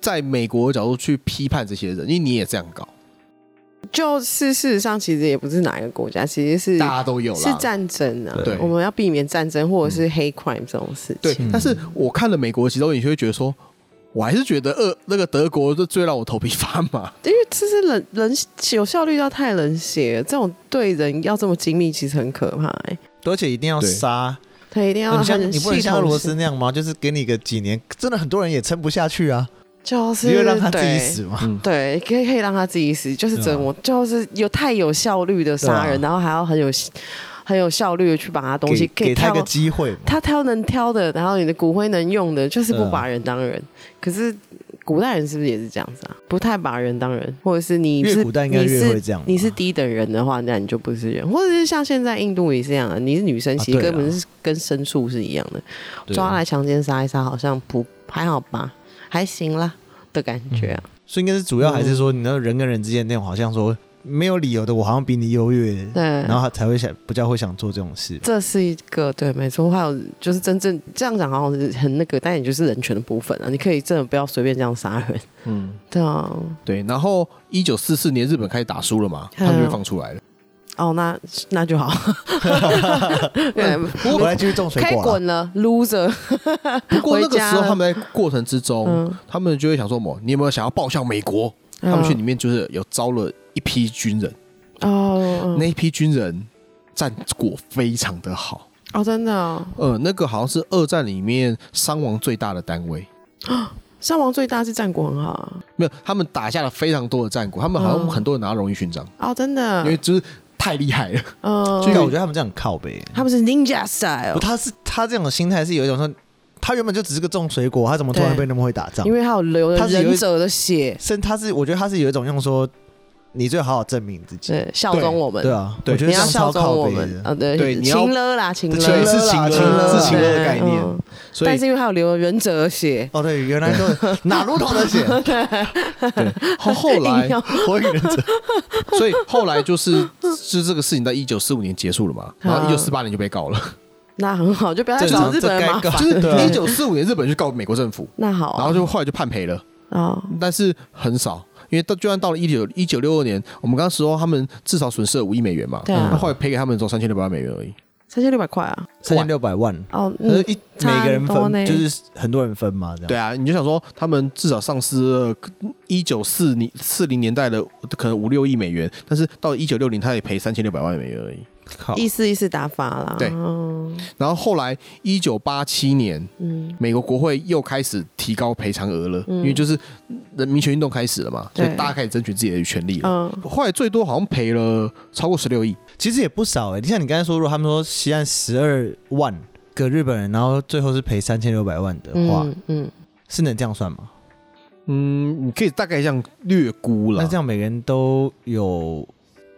[SPEAKER 2] 在美国的角度去批判这些人，因为你也这样搞，
[SPEAKER 3] 就是事实上，其实也不是哪一个国家，其实是
[SPEAKER 2] 嗯大家都有啦。
[SPEAKER 3] 是战争啊
[SPEAKER 2] 对，
[SPEAKER 3] 我们要避免战争或
[SPEAKER 1] 嗯
[SPEAKER 3] 者是黑 crime 这种事
[SPEAKER 2] 对
[SPEAKER 3] 情。，
[SPEAKER 2] 但是我看了美国的集中营，就会觉得说，我还是觉得俄那个德国就最让我头皮发麻。
[SPEAKER 3] 因为其实人人有效率到太冷血了，这种对人要这么精密，其实很可怕、欸。
[SPEAKER 1] 而且一定要
[SPEAKER 2] 对
[SPEAKER 1] 杀，
[SPEAKER 3] 他一定要
[SPEAKER 1] 你像
[SPEAKER 3] 很
[SPEAKER 1] 你
[SPEAKER 3] 系
[SPEAKER 1] 不
[SPEAKER 3] 统
[SPEAKER 1] 能
[SPEAKER 3] 性，
[SPEAKER 1] 像俄罗斯那样吗？就是给你个几年，真的很多人也撑不下去啊，
[SPEAKER 3] 就是
[SPEAKER 1] 你会让他自己
[SPEAKER 3] 对
[SPEAKER 1] 死吗？
[SPEAKER 3] 对，可以可以让他自己死，就是折磨，就是有太有效率的杀人，
[SPEAKER 1] 啊对啊
[SPEAKER 3] 然后还要很有很有效率的去把他东西
[SPEAKER 1] 给
[SPEAKER 3] 可
[SPEAKER 1] 给
[SPEAKER 3] 以
[SPEAKER 1] 他
[SPEAKER 3] 挑
[SPEAKER 1] 一个机会嘛，
[SPEAKER 3] 他挑能挑的，然后你的骨灰能用的，就是不
[SPEAKER 1] 对啊
[SPEAKER 3] 把人当人。可是古代人是不是也是这样子啊？不太把人当人，或者是你
[SPEAKER 1] 越
[SPEAKER 3] 是
[SPEAKER 1] 古代应该
[SPEAKER 3] 你
[SPEAKER 1] 越
[SPEAKER 3] 是
[SPEAKER 1] 会这样吧
[SPEAKER 3] 你是低等人的话，那你就不是人，或者是像现在印度也是这样啊。你是女生，
[SPEAKER 1] 啊
[SPEAKER 3] 其实
[SPEAKER 1] 对啊
[SPEAKER 3] 根本是跟牲畜是一样的，
[SPEAKER 2] 啊
[SPEAKER 1] 对啊
[SPEAKER 3] 抓来强奸杀一杀，好像不还好吧，还行啦的感觉啊。
[SPEAKER 1] 所以应该是主要还是说，你那人跟人之间那种好像说没有理由的，我好像比你优越，
[SPEAKER 3] 对，
[SPEAKER 1] 嗯然后他才会想比较会想做这种事。
[SPEAKER 3] 这是一个对，没错。还有就是真正这样讲，好像是很那个，但也就是人权的部分啊。你可以真的不要随便这样杀人，
[SPEAKER 2] 嗯，
[SPEAKER 3] 对啊。
[SPEAKER 2] 对。然后一九四四年日本开始打输了嘛，
[SPEAKER 3] 嗯
[SPEAKER 2] 他们就被放出 来了。
[SPEAKER 3] 哦，那 那就好。对，
[SPEAKER 1] 我来继续种水啊
[SPEAKER 3] 开
[SPEAKER 1] 果啦，
[SPEAKER 3] 滚了，loser。
[SPEAKER 2] 不过那个时
[SPEAKER 3] 回家
[SPEAKER 2] 候
[SPEAKER 3] 了
[SPEAKER 2] 他们在过程之中
[SPEAKER 3] 嗯，
[SPEAKER 2] 他们就会想说，么，你有没有想要报效美国？他们去里面就是有招了一批军人，
[SPEAKER 3] 哦
[SPEAKER 2] 那一批军人战果非常的好。
[SPEAKER 3] 哦，真的哦，
[SPEAKER 2] 呃，那个好像是二战里面伤亡最大的单位，
[SPEAKER 3] 伤亡最大是战果很好啊。
[SPEAKER 2] 没有，他们打下了非常多的战果，他们好像
[SPEAKER 3] 嗯
[SPEAKER 2] 很多人拿到荣誉勋章，
[SPEAKER 3] 哦，真
[SPEAKER 2] 因为
[SPEAKER 3] 的，
[SPEAKER 2] 就是太厉害了。
[SPEAKER 1] 所以
[SPEAKER 3] 嗯，
[SPEAKER 1] 我觉得他们这样很靠背。
[SPEAKER 3] 他们是 ninja
[SPEAKER 1] 不
[SPEAKER 3] style，
[SPEAKER 1] 他是他这种心态是有一种说，他原本就只是个种水果，他怎么突然
[SPEAKER 3] 对
[SPEAKER 1] 被那么会打仗
[SPEAKER 3] 因？为他有流
[SPEAKER 1] 他
[SPEAKER 3] 了
[SPEAKER 1] 是有一
[SPEAKER 3] 忍者的血，
[SPEAKER 1] 甚至他是我觉得他是有一种用说，你最好好证明自己。
[SPEAKER 3] 对，效忠我们，
[SPEAKER 1] 对，啊，
[SPEAKER 2] 对
[SPEAKER 1] 我觉得
[SPEAKER 3] 你
[SPEAKER 1] 这
[SPEAKER 3] 要
[SPEAKER 1] 样
[SPEAKER 3] 效
[SPEAKER 1] 超
[SPEAKER 3] 忠
[SPEAKER 1] 靠
[SPEAKER 3] 我
[SPEAKER 1] 背
[SPEAKER 3] 们
[SPEAKER 1] 的。
[SPEAKER 3] 啊，对，
[SPEAKER 2] 对你要
[SPEAKER 3] 情勒啦，情勒，
[SPEAKER 1] 情
[SPEAKER 2] 对，
[SPEAKER 1] 勒
[SPEAKER 2] 是
[SPEAKER 1] 啦
[SPEAKER 2] 情
[SPEAKER 1] 情
[SPEAKER 2] 勒，
[SPEAKER 1] 勒
[SPEAKER 2] 是情勒的概
[SPEAKER 3] 对
[SPEAKER 2] 念
[SPEAKER 3] 嗯。
[SPEAKER 2] 所
[SPEAKER 3] 但
[SPEAKER 2] 以
[SPEAKER 3] 是因为他有流了忍者 的血，
[SPEAKER 1] 哦，对，原 来都哪路头的血，
[SPEAKER 2] 后后来
[SPEAKER 3] 硬，要
[SPEAKER 1] 火影忍者。
[SPEAKER 2] 所以后来就是是这个事情在一九四五年结束了嘛，然后
[SPEAKER 3] 啊
[SPEAKER 2] 一九四八年就被告了，
[SPEAKER 3] 那很好，就不要再
[SPEAKER 1] 正
[SPEAKER 3] 找
[SPEAKER 1] 常
[SPEAKER 3] 日本人麻
[SPEAKER 1] 这该
[SPEAKER 3] 烦
[SPEAKER 1] 告。
[SPEAKER 2] 就是
[SPEAKER 1] 对啊
[SPEAKER 2] 一九四五年日本就告美国政府，
[SPEAKER 3] 那好啊，
[SPEAKER 2] 然后就后来就判赔了，
[SPEAKER 3] 啊，
[SPEAKER 2] 但是很少。因为到就算到了一九一九六二年，我们刚刚说他们至少损失了五亿美元嘛，
[SPEAKER 3] 对啊
[SPEAKER 2] 那后来赔给他们只有三千六百万美元而已，
[SPEAKER 3] 三千六百块啊！
[SPEAKER 1] 三千六百万，
[SPEAKER 3] 哦，
[SPEAKER 1] 可是
[SPEAKER 3] 嗯，
[SPEAKER 1] 一每个人
[SPEAKER 3] 差很多
[SPEAKER 1] 分
[SPEAKER 3] 呢
[SPEAKER 1] 就是很多人分嘛，这样。
[SPEAKER 2] 对啊，你就想说他们至少丧失了一九四零四零年代的可能五六亿美元，但是到一九六零他也赔三千六百万美元而已。
[SPEAKER 1] 靠，
[SPEAKER 3] 意思意思打发啦。
[SPEAKER 2] 对
[SPEAKER 3] 嗯
[SPEAKER 2] 然后后来一九八七年，
[SPEAKER 3] 嗯，
[SPEAKER 2] 美国国会又开始提高赔偿额了，
[SPEAKER 3] 嗯
[SPEAKER 2] 因为就是人民权运动开始了嘛，所
[SPEAKER 3] 对
[SPEAKER 2] 以大家开始争取自己的权利
[SPEAKER 1] 哦
[SPEAKER 2] 了。
[SPEAKER 3] 嗯
[SPEAKER 2] 后来最多好像赔了超过十六亿，
[SPEAKER 1] 其实也不少哎、欸。像你刚才说，如果他们说西岸十二万个日本人，然后最后是赔三千六百万的话，
[SPEAKER 3] 嗯嗯，
[SPEAKER 1] 是能这样算吗？
[SPEAKER 2] 嗯，你可以大概这样略估了，
[SPEAKER 1] 那这样每个人都有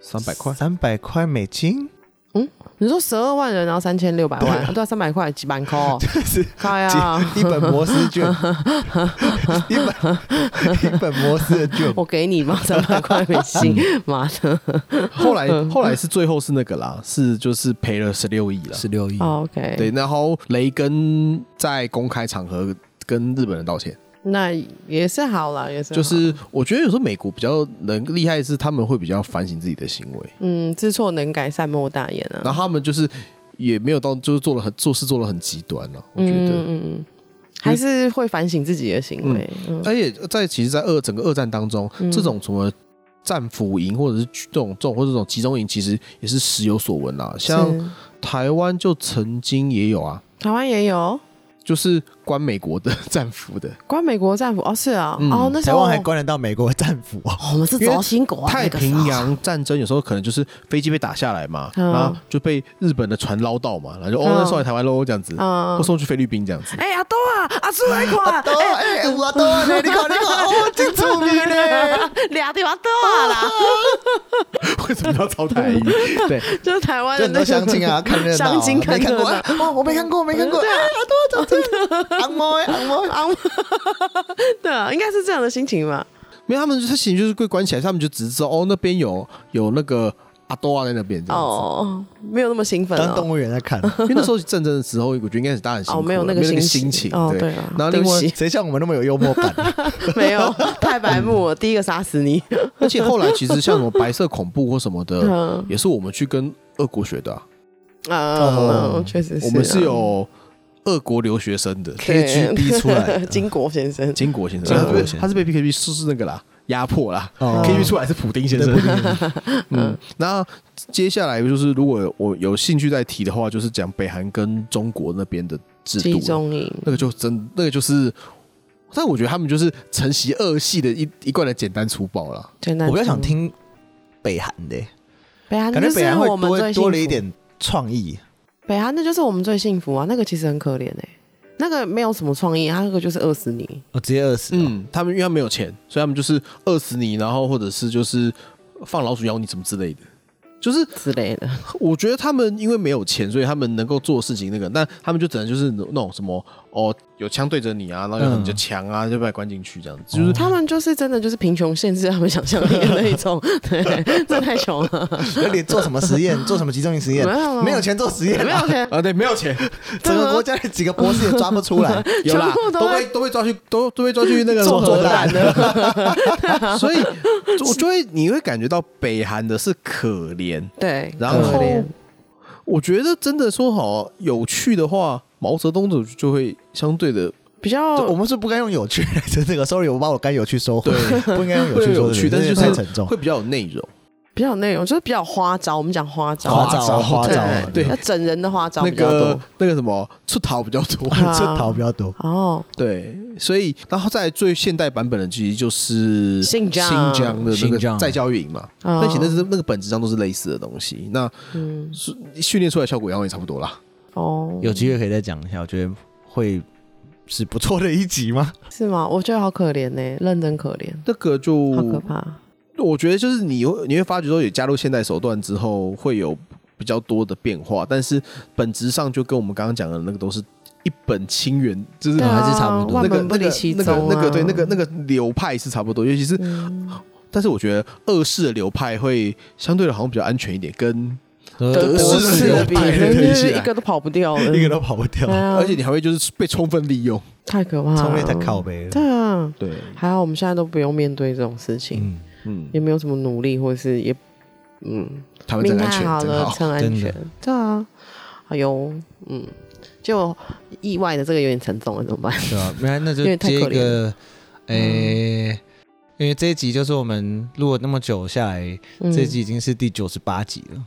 [SPEAKER 2] 三百块，
[SPEAKER 1] 三百块美 金，
[SPEAKER 3] 你说十二万人，然后三千六百万，对啊，三百块几万块哦，
[SPEAKER 1] 就是
[SPEAKER 3] 靠呀！
[SPEAKER 1] 一本摩斯 卷，一本一本摩斯的卷。
[SPEAKER 3] 我给你嘛，三百块美金，妈的
[SPEAKER 2] 后来后来是最后是那个啦，是就是赔了十六亿了。
[SPEAKER 1] 十六亿，
[SPEAKER 3] 哦！OK，
[SPEAKER 2] 对，然后雷根在公开场合跟日本人道歉，
[SPEAKER 3] 那也是好啦，也是好
[SPEAKER 2] 就是我觉得有时候美国比较能厉害的是他们会比较反省自己的行为，
[SPEAKER 3] 嗯，知错能改，善莫大焉啊。
[SPEAKER 2] 然后他们就是也没有到就是做了很做事做了很极端了、我觉
[SPEAKER 3] 嗯
[SPEAKER 2] 得。
[SPEAKER 3] 嗯嗯，还是会反省自己的行为。嗯
[SPEAKER 2] 而且在其实，在二整个二战当中，
[SPEAKER 3] 嗯
[SPEAKER 2] 这种什么战俘营或者是这种这种或者这种集中营，其实也是时有所闻啦、像
[SPEAKER 3] 是
[SPEAKER 2] 台湾就曾经也有啊，
[SPEAKER 3] 台湾也有
[SPEAKER 2] 就是关美国的 战俘的，
[SPEAKER 3] 关美国战俘哦，是啊，
[SPEAKER 2] 嗯
[SPEAKER 3] 哦那时
[SPEAKER 1] 台
[SPEAKER 3] 候
[SPEAKER 1] 湾还关得到美国战俘 哦，
[SPEAKER 3] 哦我们是轴心国啊，
[SPEAKER 2] 太
[SPEAKER 3] 那个时候
[SPEAKER 2] 平洋战争有时候可能就是飞机被打下来嘛，
[SPEAKER 3] 嗯
[SPEAKER 2] 然后就被日本的船捞到嘛，然后就哦，
[SPEAKER 3] 嗯
[SPEAKER 2] 那送来台湾喽这样子，
[SPEAKER 3] 嗯
[SPEAKER 2] 或送去菲律宾这样 子。
[SPEAKER 3] 哎阿多啊，阿出来款，
[SPEAKER 1] 都哎，我都你看你 看，哦，真出名嘞！
[SPEAKER 3] 俩地方多啊啦，
[SPEAKER 2] 为什么要超台语？ 对，
[SPEAKER 3] 就是台湾
[SPEAKER 1] 就
[SPEAKER 3] 的
[SPEAKER 1] 很
[SPEAKER 3] 那
[SPEAKER 1] 多
[SPEAKER 3] 个
[SPEAKER 1] 相亲 啊，看热闹啊，
[SPEAKER 3] 相亲看
[SPEAKER 1] 没看
[SPEAKER 3] 热
[SPEAKER 1] 过
[SPEAKER 3] 闹
[SPEAKER 1] 啊，哦，我没看过，没看过，
[SPEAKER 3] 对啊
[SPEAKER 1] 啊，多长真 的，昂猫哎昂猫，
[SPEAKER 3] 啊， 对啊，应该是这样的心情嘛。
[SPEAKER 2] 没有他们，他其实就是被关起来，他们就只知道哦，那边有有那个阿多啊在那边这样子。
[SPEAKER 3] 哦，没有那么兴奋
[SPEAKER 1] 当
[SPEAKER 3] 哦，
[SPEAKER 1] 动物园在 看，
[SPEAKER 2] 因为那时候战争的时候，我觉得应该是大家很辛苦
[SPEAKER 3] 哦
[SPEAKER 2] 了，
[SPEAKER 3] 没有那
[SPEAKER 2] 个
[SPEAKER 3] 个心
[SPEAKER 2] 心
[SPEAKER 3] 情
[SPEAKER 2] 情。
[SPEAKER 3] 哦
[SPEAKER 2] 对
[SPEAKER 3] 对啊
[SPEAKER 2] 然后
[SPEAKER 3] 对
[SPEAKER 2] 另
[SPEAKER 3] 不
[SPEAKER 2] 外
[SPEAKER 3] 起，
[SPEAKER 1] 谁像我们那么有幽默感？
[SPEAKER 3] 没有太白目了，第一个杀死你。
[SPEAKER 2] 而且后来其实像什么白色恐怖或什么 的，
[SPEAKER 3] 嗯
[SPEAKER 2] 也是我们去跟俄国学的啊。
[SPEAKER 3] 啊，确实是啊，
[SPEAKER 2] 我们是有俄国留学生的，
[SPEAKER 1] 可以去逼出来的
[SPEAKER 3] 金国先生，
[SPEAKER 2] 金国先
[SPEAKER 1] 金
[SPEAKER 2] 生，
[SPEAKER 1] 国
[SPEAKER 2] 他是
[SPEAKER 1] 先生
[SPEAKER 2] 被他是被 PKB 是是那个啦，压迫啦。
[SPEAKER 1] 哦
[SPEAKER 2] KGB 出来是普丁先生
[SPEAKER 1] 对，不一 定
[SPEAKER 2] 嗯，那接下来就是如果我有兴趣再提的话，就是讲北韩跟中国那边的制
[SPEAKER 3] 集
[SPEAKER 2] 度了，
[SPEAKER 3] 中营，
[SPEAKER 2] 那个就真那个就是，但我觉得他们就是承袭恶系的一一贯的简单粗暴啦。
[SPEAKER 3] 简单
[SPEAKER 1] 我比较想
[SPEAKER 3] 中
[SPEAKER 1] 听北韩的，
[SPEAKER 3] 北韩，
[SPEAKER 1] 感觉北韩会
[SPEAKER 3] 啊我们
[SPEAKER 1] 多
[SPEAKER 3] 最
[SPEAKER 1] 多了一
[SPEAKER 3] 幸福
[SPEAKER 1] 点创意。
[SPEAKER 3] 北韩那就是我们最幸福啊，那个其实很可怜哎、那个没有什么创意，他那个就是饿死你。
[SPEAKER 1] 我哦直接饿死了，
[SPEAKER 2] 嗯，他们因为他们没有钱，所以他们就是饿死你，然后或者是就是放老鼠咬你什么之类的，就是
[SPEAKER 3] 之类的，
[SPEAKER 2] 我觉得他们因为没有钱，所以他们能够做的事情那个，那他们就只能就是那种什么哦，有枪对着你啊，然后有
[SPEAKER 1] 嗯
[SPEAKER 2] 你的枪啊，就把你关进去这样子，就是
[SPEAKER 3] 他们就是真的就是贫穷限制他们想象力的那一种，对，这太穷了，
[SPEAKER 1] 有点做什么实 验，做什么集中营实验
[SPEAKER 3] 嗯没有，啊
[SPEAKER 1] 没有钱做实验
[SPEAKER 3] 没
[SPEAKER 1] 啊，
[SPEAKER 3] 有钱，
[SPEAKER 2] 啊，对，没有钱，
[SPEAKER 1] 整个国家的几个博士也抓不出 来。
[SPEAKER 2] 有啦
[SPEAKER 3] 全部，都
[SPEAKER 2] 都
[SPEAKER 3] 在
[SPEAKER 2] 被都被抓去，都都被抓去那个
[SPEAKER 1] 做核弹
[SPEAKER 2] 的， 所以我就会你会感觉到北韩的是可怜，
[SPEAKER 3] 对，
[SPEAKER 2] 然
[SPEAKER 1] 可
[SPEAKER 2] 后
[SPEAKER 1] 怜
[SPEAKER 2] 我觉得真的说好有趣的话，毛泽东的就会相对的
[SPEAKER 3] 比较
[SPEAKER 1] 我们是不该用有趣来这个，sorry，我把我该有趣收回，
[SPEAKER 2] 对
[SPEAKER 1] 不应该用有
[SPEAKER 2] 会
[SPEAKER 1] 趣
[SPEAKER 2] 有
[SPEAKER 1] 说
[SPEAKER 2] 趣，但是
[SPEAKER 1] 这
[SPEAKER 2] 就
[SPEAKER 1] 个太沉
[SPEAKER 2] 是
[SPEAKER 1] 重
[SPEAKER 2] 会。比较有内容。
[SPEAKER 3] 比较有内容，就是比较花招，我们讲花招，
[SPEAKER 1] 花招花招
[SPEAKER 3] 对，
[SPEAKER 2] 对
[SPEAKER 3] 要整人的花招
[SPEAKER 2] 那
[SPEAKER 3] 比较
[SPEAKER 2] 个
[SPEAKER 3] 多。
[SPEAKER 2] 那个什么出逃比较多，
[SPEAKER 3] 啊
[SPEAKER 1] 出逃比较多。
[SPEAKER 3] 哦，
[SPEAKER 2] 对，所以然后再来最现代版本的其实就是
[SPEAKER 3] 新疆
[SPEAKER 2] 新疆的那
[SPEAKER 1] 新
[SPEAKER 2] 个
[SPEAKER 1] 疆
[SPEAKER 2] 再教育营嘛，
[SPEAKER 3] 哦
[SPEAKER 2] 但其实那是那个本质上都是类似的东西，那
[SPEAKER 3] 嗯，
[SPEAKER 2] 训练出来的效果然后也差不多啦。
[SPEAKER 3] 哦，
[SPEAKER 1] 有机会可以再讲一下，我觉得会是不错的一集吗？
[SPEAKER 3] 是吗？我觉得好可怜呢、认真可怜，
[SPEAKER 2] 那个就
[SPEAKER 3] 好可怕。
[SPEAKER 2] 我觉得就是你会你会发觉说，有加入现代手段之后会有比较多的变化，但是本质上就跟我们刚刚讲的那个都是一本清源，就是
[SPEAKER 3] 对啊，
[SPEAKER 1] 还是差不多
[SPEAKER 2] 那
[SPEAKER 3] 万
[SPEAKER 2] 个
[SPEAKER 3] 本不
[SPEAKER 2] 那
[SPEAKER 3] 离
[SPEAKER 2] 个
[SPEAKER 3] 其
[SPEAKER 2] 那
[SPEAKER 3] 宗
[SPEAKER 2] 个
[SPEAKER 3] 啊。
[SPEAKER 2] 那个对那个那个流派是差不多，尤其是
[SPEAKER 3] 嗯
[SPEAKER 2] 但是我觉得俄式的流派会相对的好像比较安全一点，跟
[SPEAKER 3] 德
[SPEAKER 2] 德式
[SPEAKER 3] 式
[SPEAKER 2] 流
[SPEAKER 3] 的比，
[SPEAKER 2] 派的
[SPEAKER 3] 就
[SPEAKER 2] 东
[SPEAKER 3] 是
[SPEAKER 2] 西
[SPEAKER 3] 一
[SPEAKER 2] 啊
[SPEAKER 3] 个都跑不掉了，
[SPEAKER 1] 一个都跑不掉
[SPEAKER 3] 对，啊，
[SPEAKER 2] 而且你还会就是被充分利用。
[SPEAKER 3] 太可怕了，
[SPEAKER 1] 聪明太靠背了。
[SPEAKER 3] 对啊，
[SPEAKER 2] 对，
[SPEAKER 3] 还好我们现在都不用面对这种事情，
[SPEAKER 1] 嗯，
[SPEAKER 2] 嗯，
[SPEAKER 3] 也没有什么努力，或者是也嗯，
[SPEAKER 2] 台湾
[SPEAKER 3] 命
[SPEAKER 2] 真安
[SPEAKER 3] 太
[SPEAKER 2] 全，
[SPEAKER 3] 好
[SPEAKER 2] 真
[SPEAKER 3] 了，
[SPEAKER 2] 好。
[SPEAKER 3] 趁安
[SPEAKER 1] 真
[SPEAKER 3] 全
[SPEAKER 1] 的，
[SPEAKER 3] 对啊。哎呦，嗯，就意外的这个有点沉重了，怎么办？
[SPEAKER 1] 对啊，没然那就
[SPEAKER 3] 有点太
[SPEAKER 1] 接一
[SPEAKER 3] 可怜嗯
[SPEAKER 1] 个，诶、因为这一集就是我们录了那么久下来，
[SPEAKER 3] 嗯、
[SPEAKER 1] 这一集已经是第九十八集了。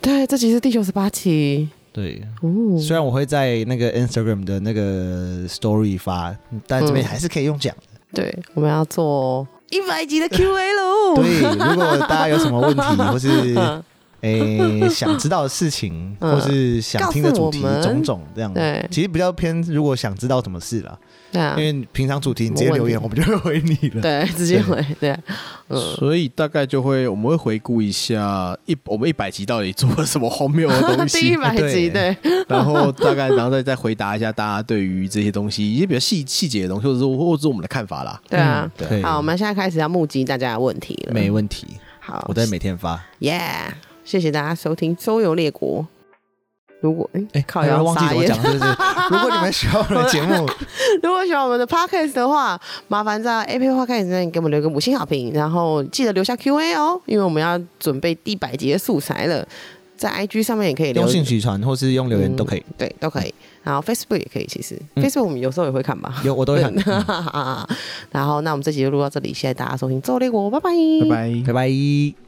[SPEAKER 3] 对，这集是第九十八期
[SPEAKER 1] 对，
[SPEAKER 3] 哦，
[SPEAKER 1] 虽然我会在那个 Instagram 的那个 Story 发，但这边
[SPEAKER 3] 嗯
[SPEAKER 1] 还是可以用讲。
[SPEAKER 3] 对，我们要做一百集的 Q&A 喽。
[SPEAKER 1] 对，如果大家有什么 问题，或是
[SPEAKER 3] 嗯
[SPEAKER 1] 诶、想知道的事情，
[SPEAKER 3] 嗯
[SPEAKER 1] 或是想听的主题
[SPEAKER 3] 告诉我们
[SPEAKER 1] 种种这样的，
[SPEAKER 3] 对
[SPEAKER 1] 其实比较偏如果想知道什么事啦，
[SPEAKER 3] 对啊
[SPEAKER 1] 因，为平常主题你直接留言，我们就会回你了。
[SPEAKER 3] 对，直接回对啊，嗯，
[SPEAKER 2] 所以大概就会我们会回顾一下一我们一百集到底做了什么荒谬的东
[SPEAKER 3] 第一
[SPEAKER 2] 西，
[SPEAKER 3] 百集对，
[SPEAKER 2] 然后大概然后再再回答一下大家对于这些东西一些比较细细节的东西，或者是或者是我们的看法啦。
[SPEAKER 3] 对啊。
[SPEAKER 1] 嗯可以
[SPEAKER 3] 好，我们现在开始要募集大家的问题了。
[SPEAKER 1] 没问题，
[SPEAKER 3] 好，
[SPEAKER 1] 我在每天发。
[SPEAKER 3] 耶！谢谢大家收听《周游列国》。如果哎、
[SPEAKER 1] 哎，
[SPEAKER 3] 靠
[SPEAKER 1] 还有人
[SPEAKER 3] 腰
[SPEAKER 1] 忘记
[SPEAKER 3] 撒
[SPEAKER 1] 怎么
[SPEAKER 3] 野
[SPEAKER 1] 讲，是不是？如果你们喜欢我们的节 目，
[SPEAKER 3] 如果喜欢我们的 podcast 的话，麻烦在 Apple Podcast 上给我们留个五星好评，然后记得留下 Q&A 哦，因为我们要准备第百集的素材了。在 IG 上面也可以留
[SPEAKER 1] 用信息传或是用留言
[SPEAKER 3] 嗯
[SPEAKER 1] 都可以，
[SPEAKER 3] 对，都可以。然后 Facebook 也可以，其实、
[SPEAKER 1] 嗯
[SPEAKER 3] Facebook 我们有时候也会看吧。
[SPEAKER 1] 有我都会 看。嗯
[SPEAKER 3] 然后，那我们这集就录到这里，谢谢大家收听《周游列国》，拜拜，
[SPEAKER 2] 拜拜
[SPEAKER 1] 拜拜。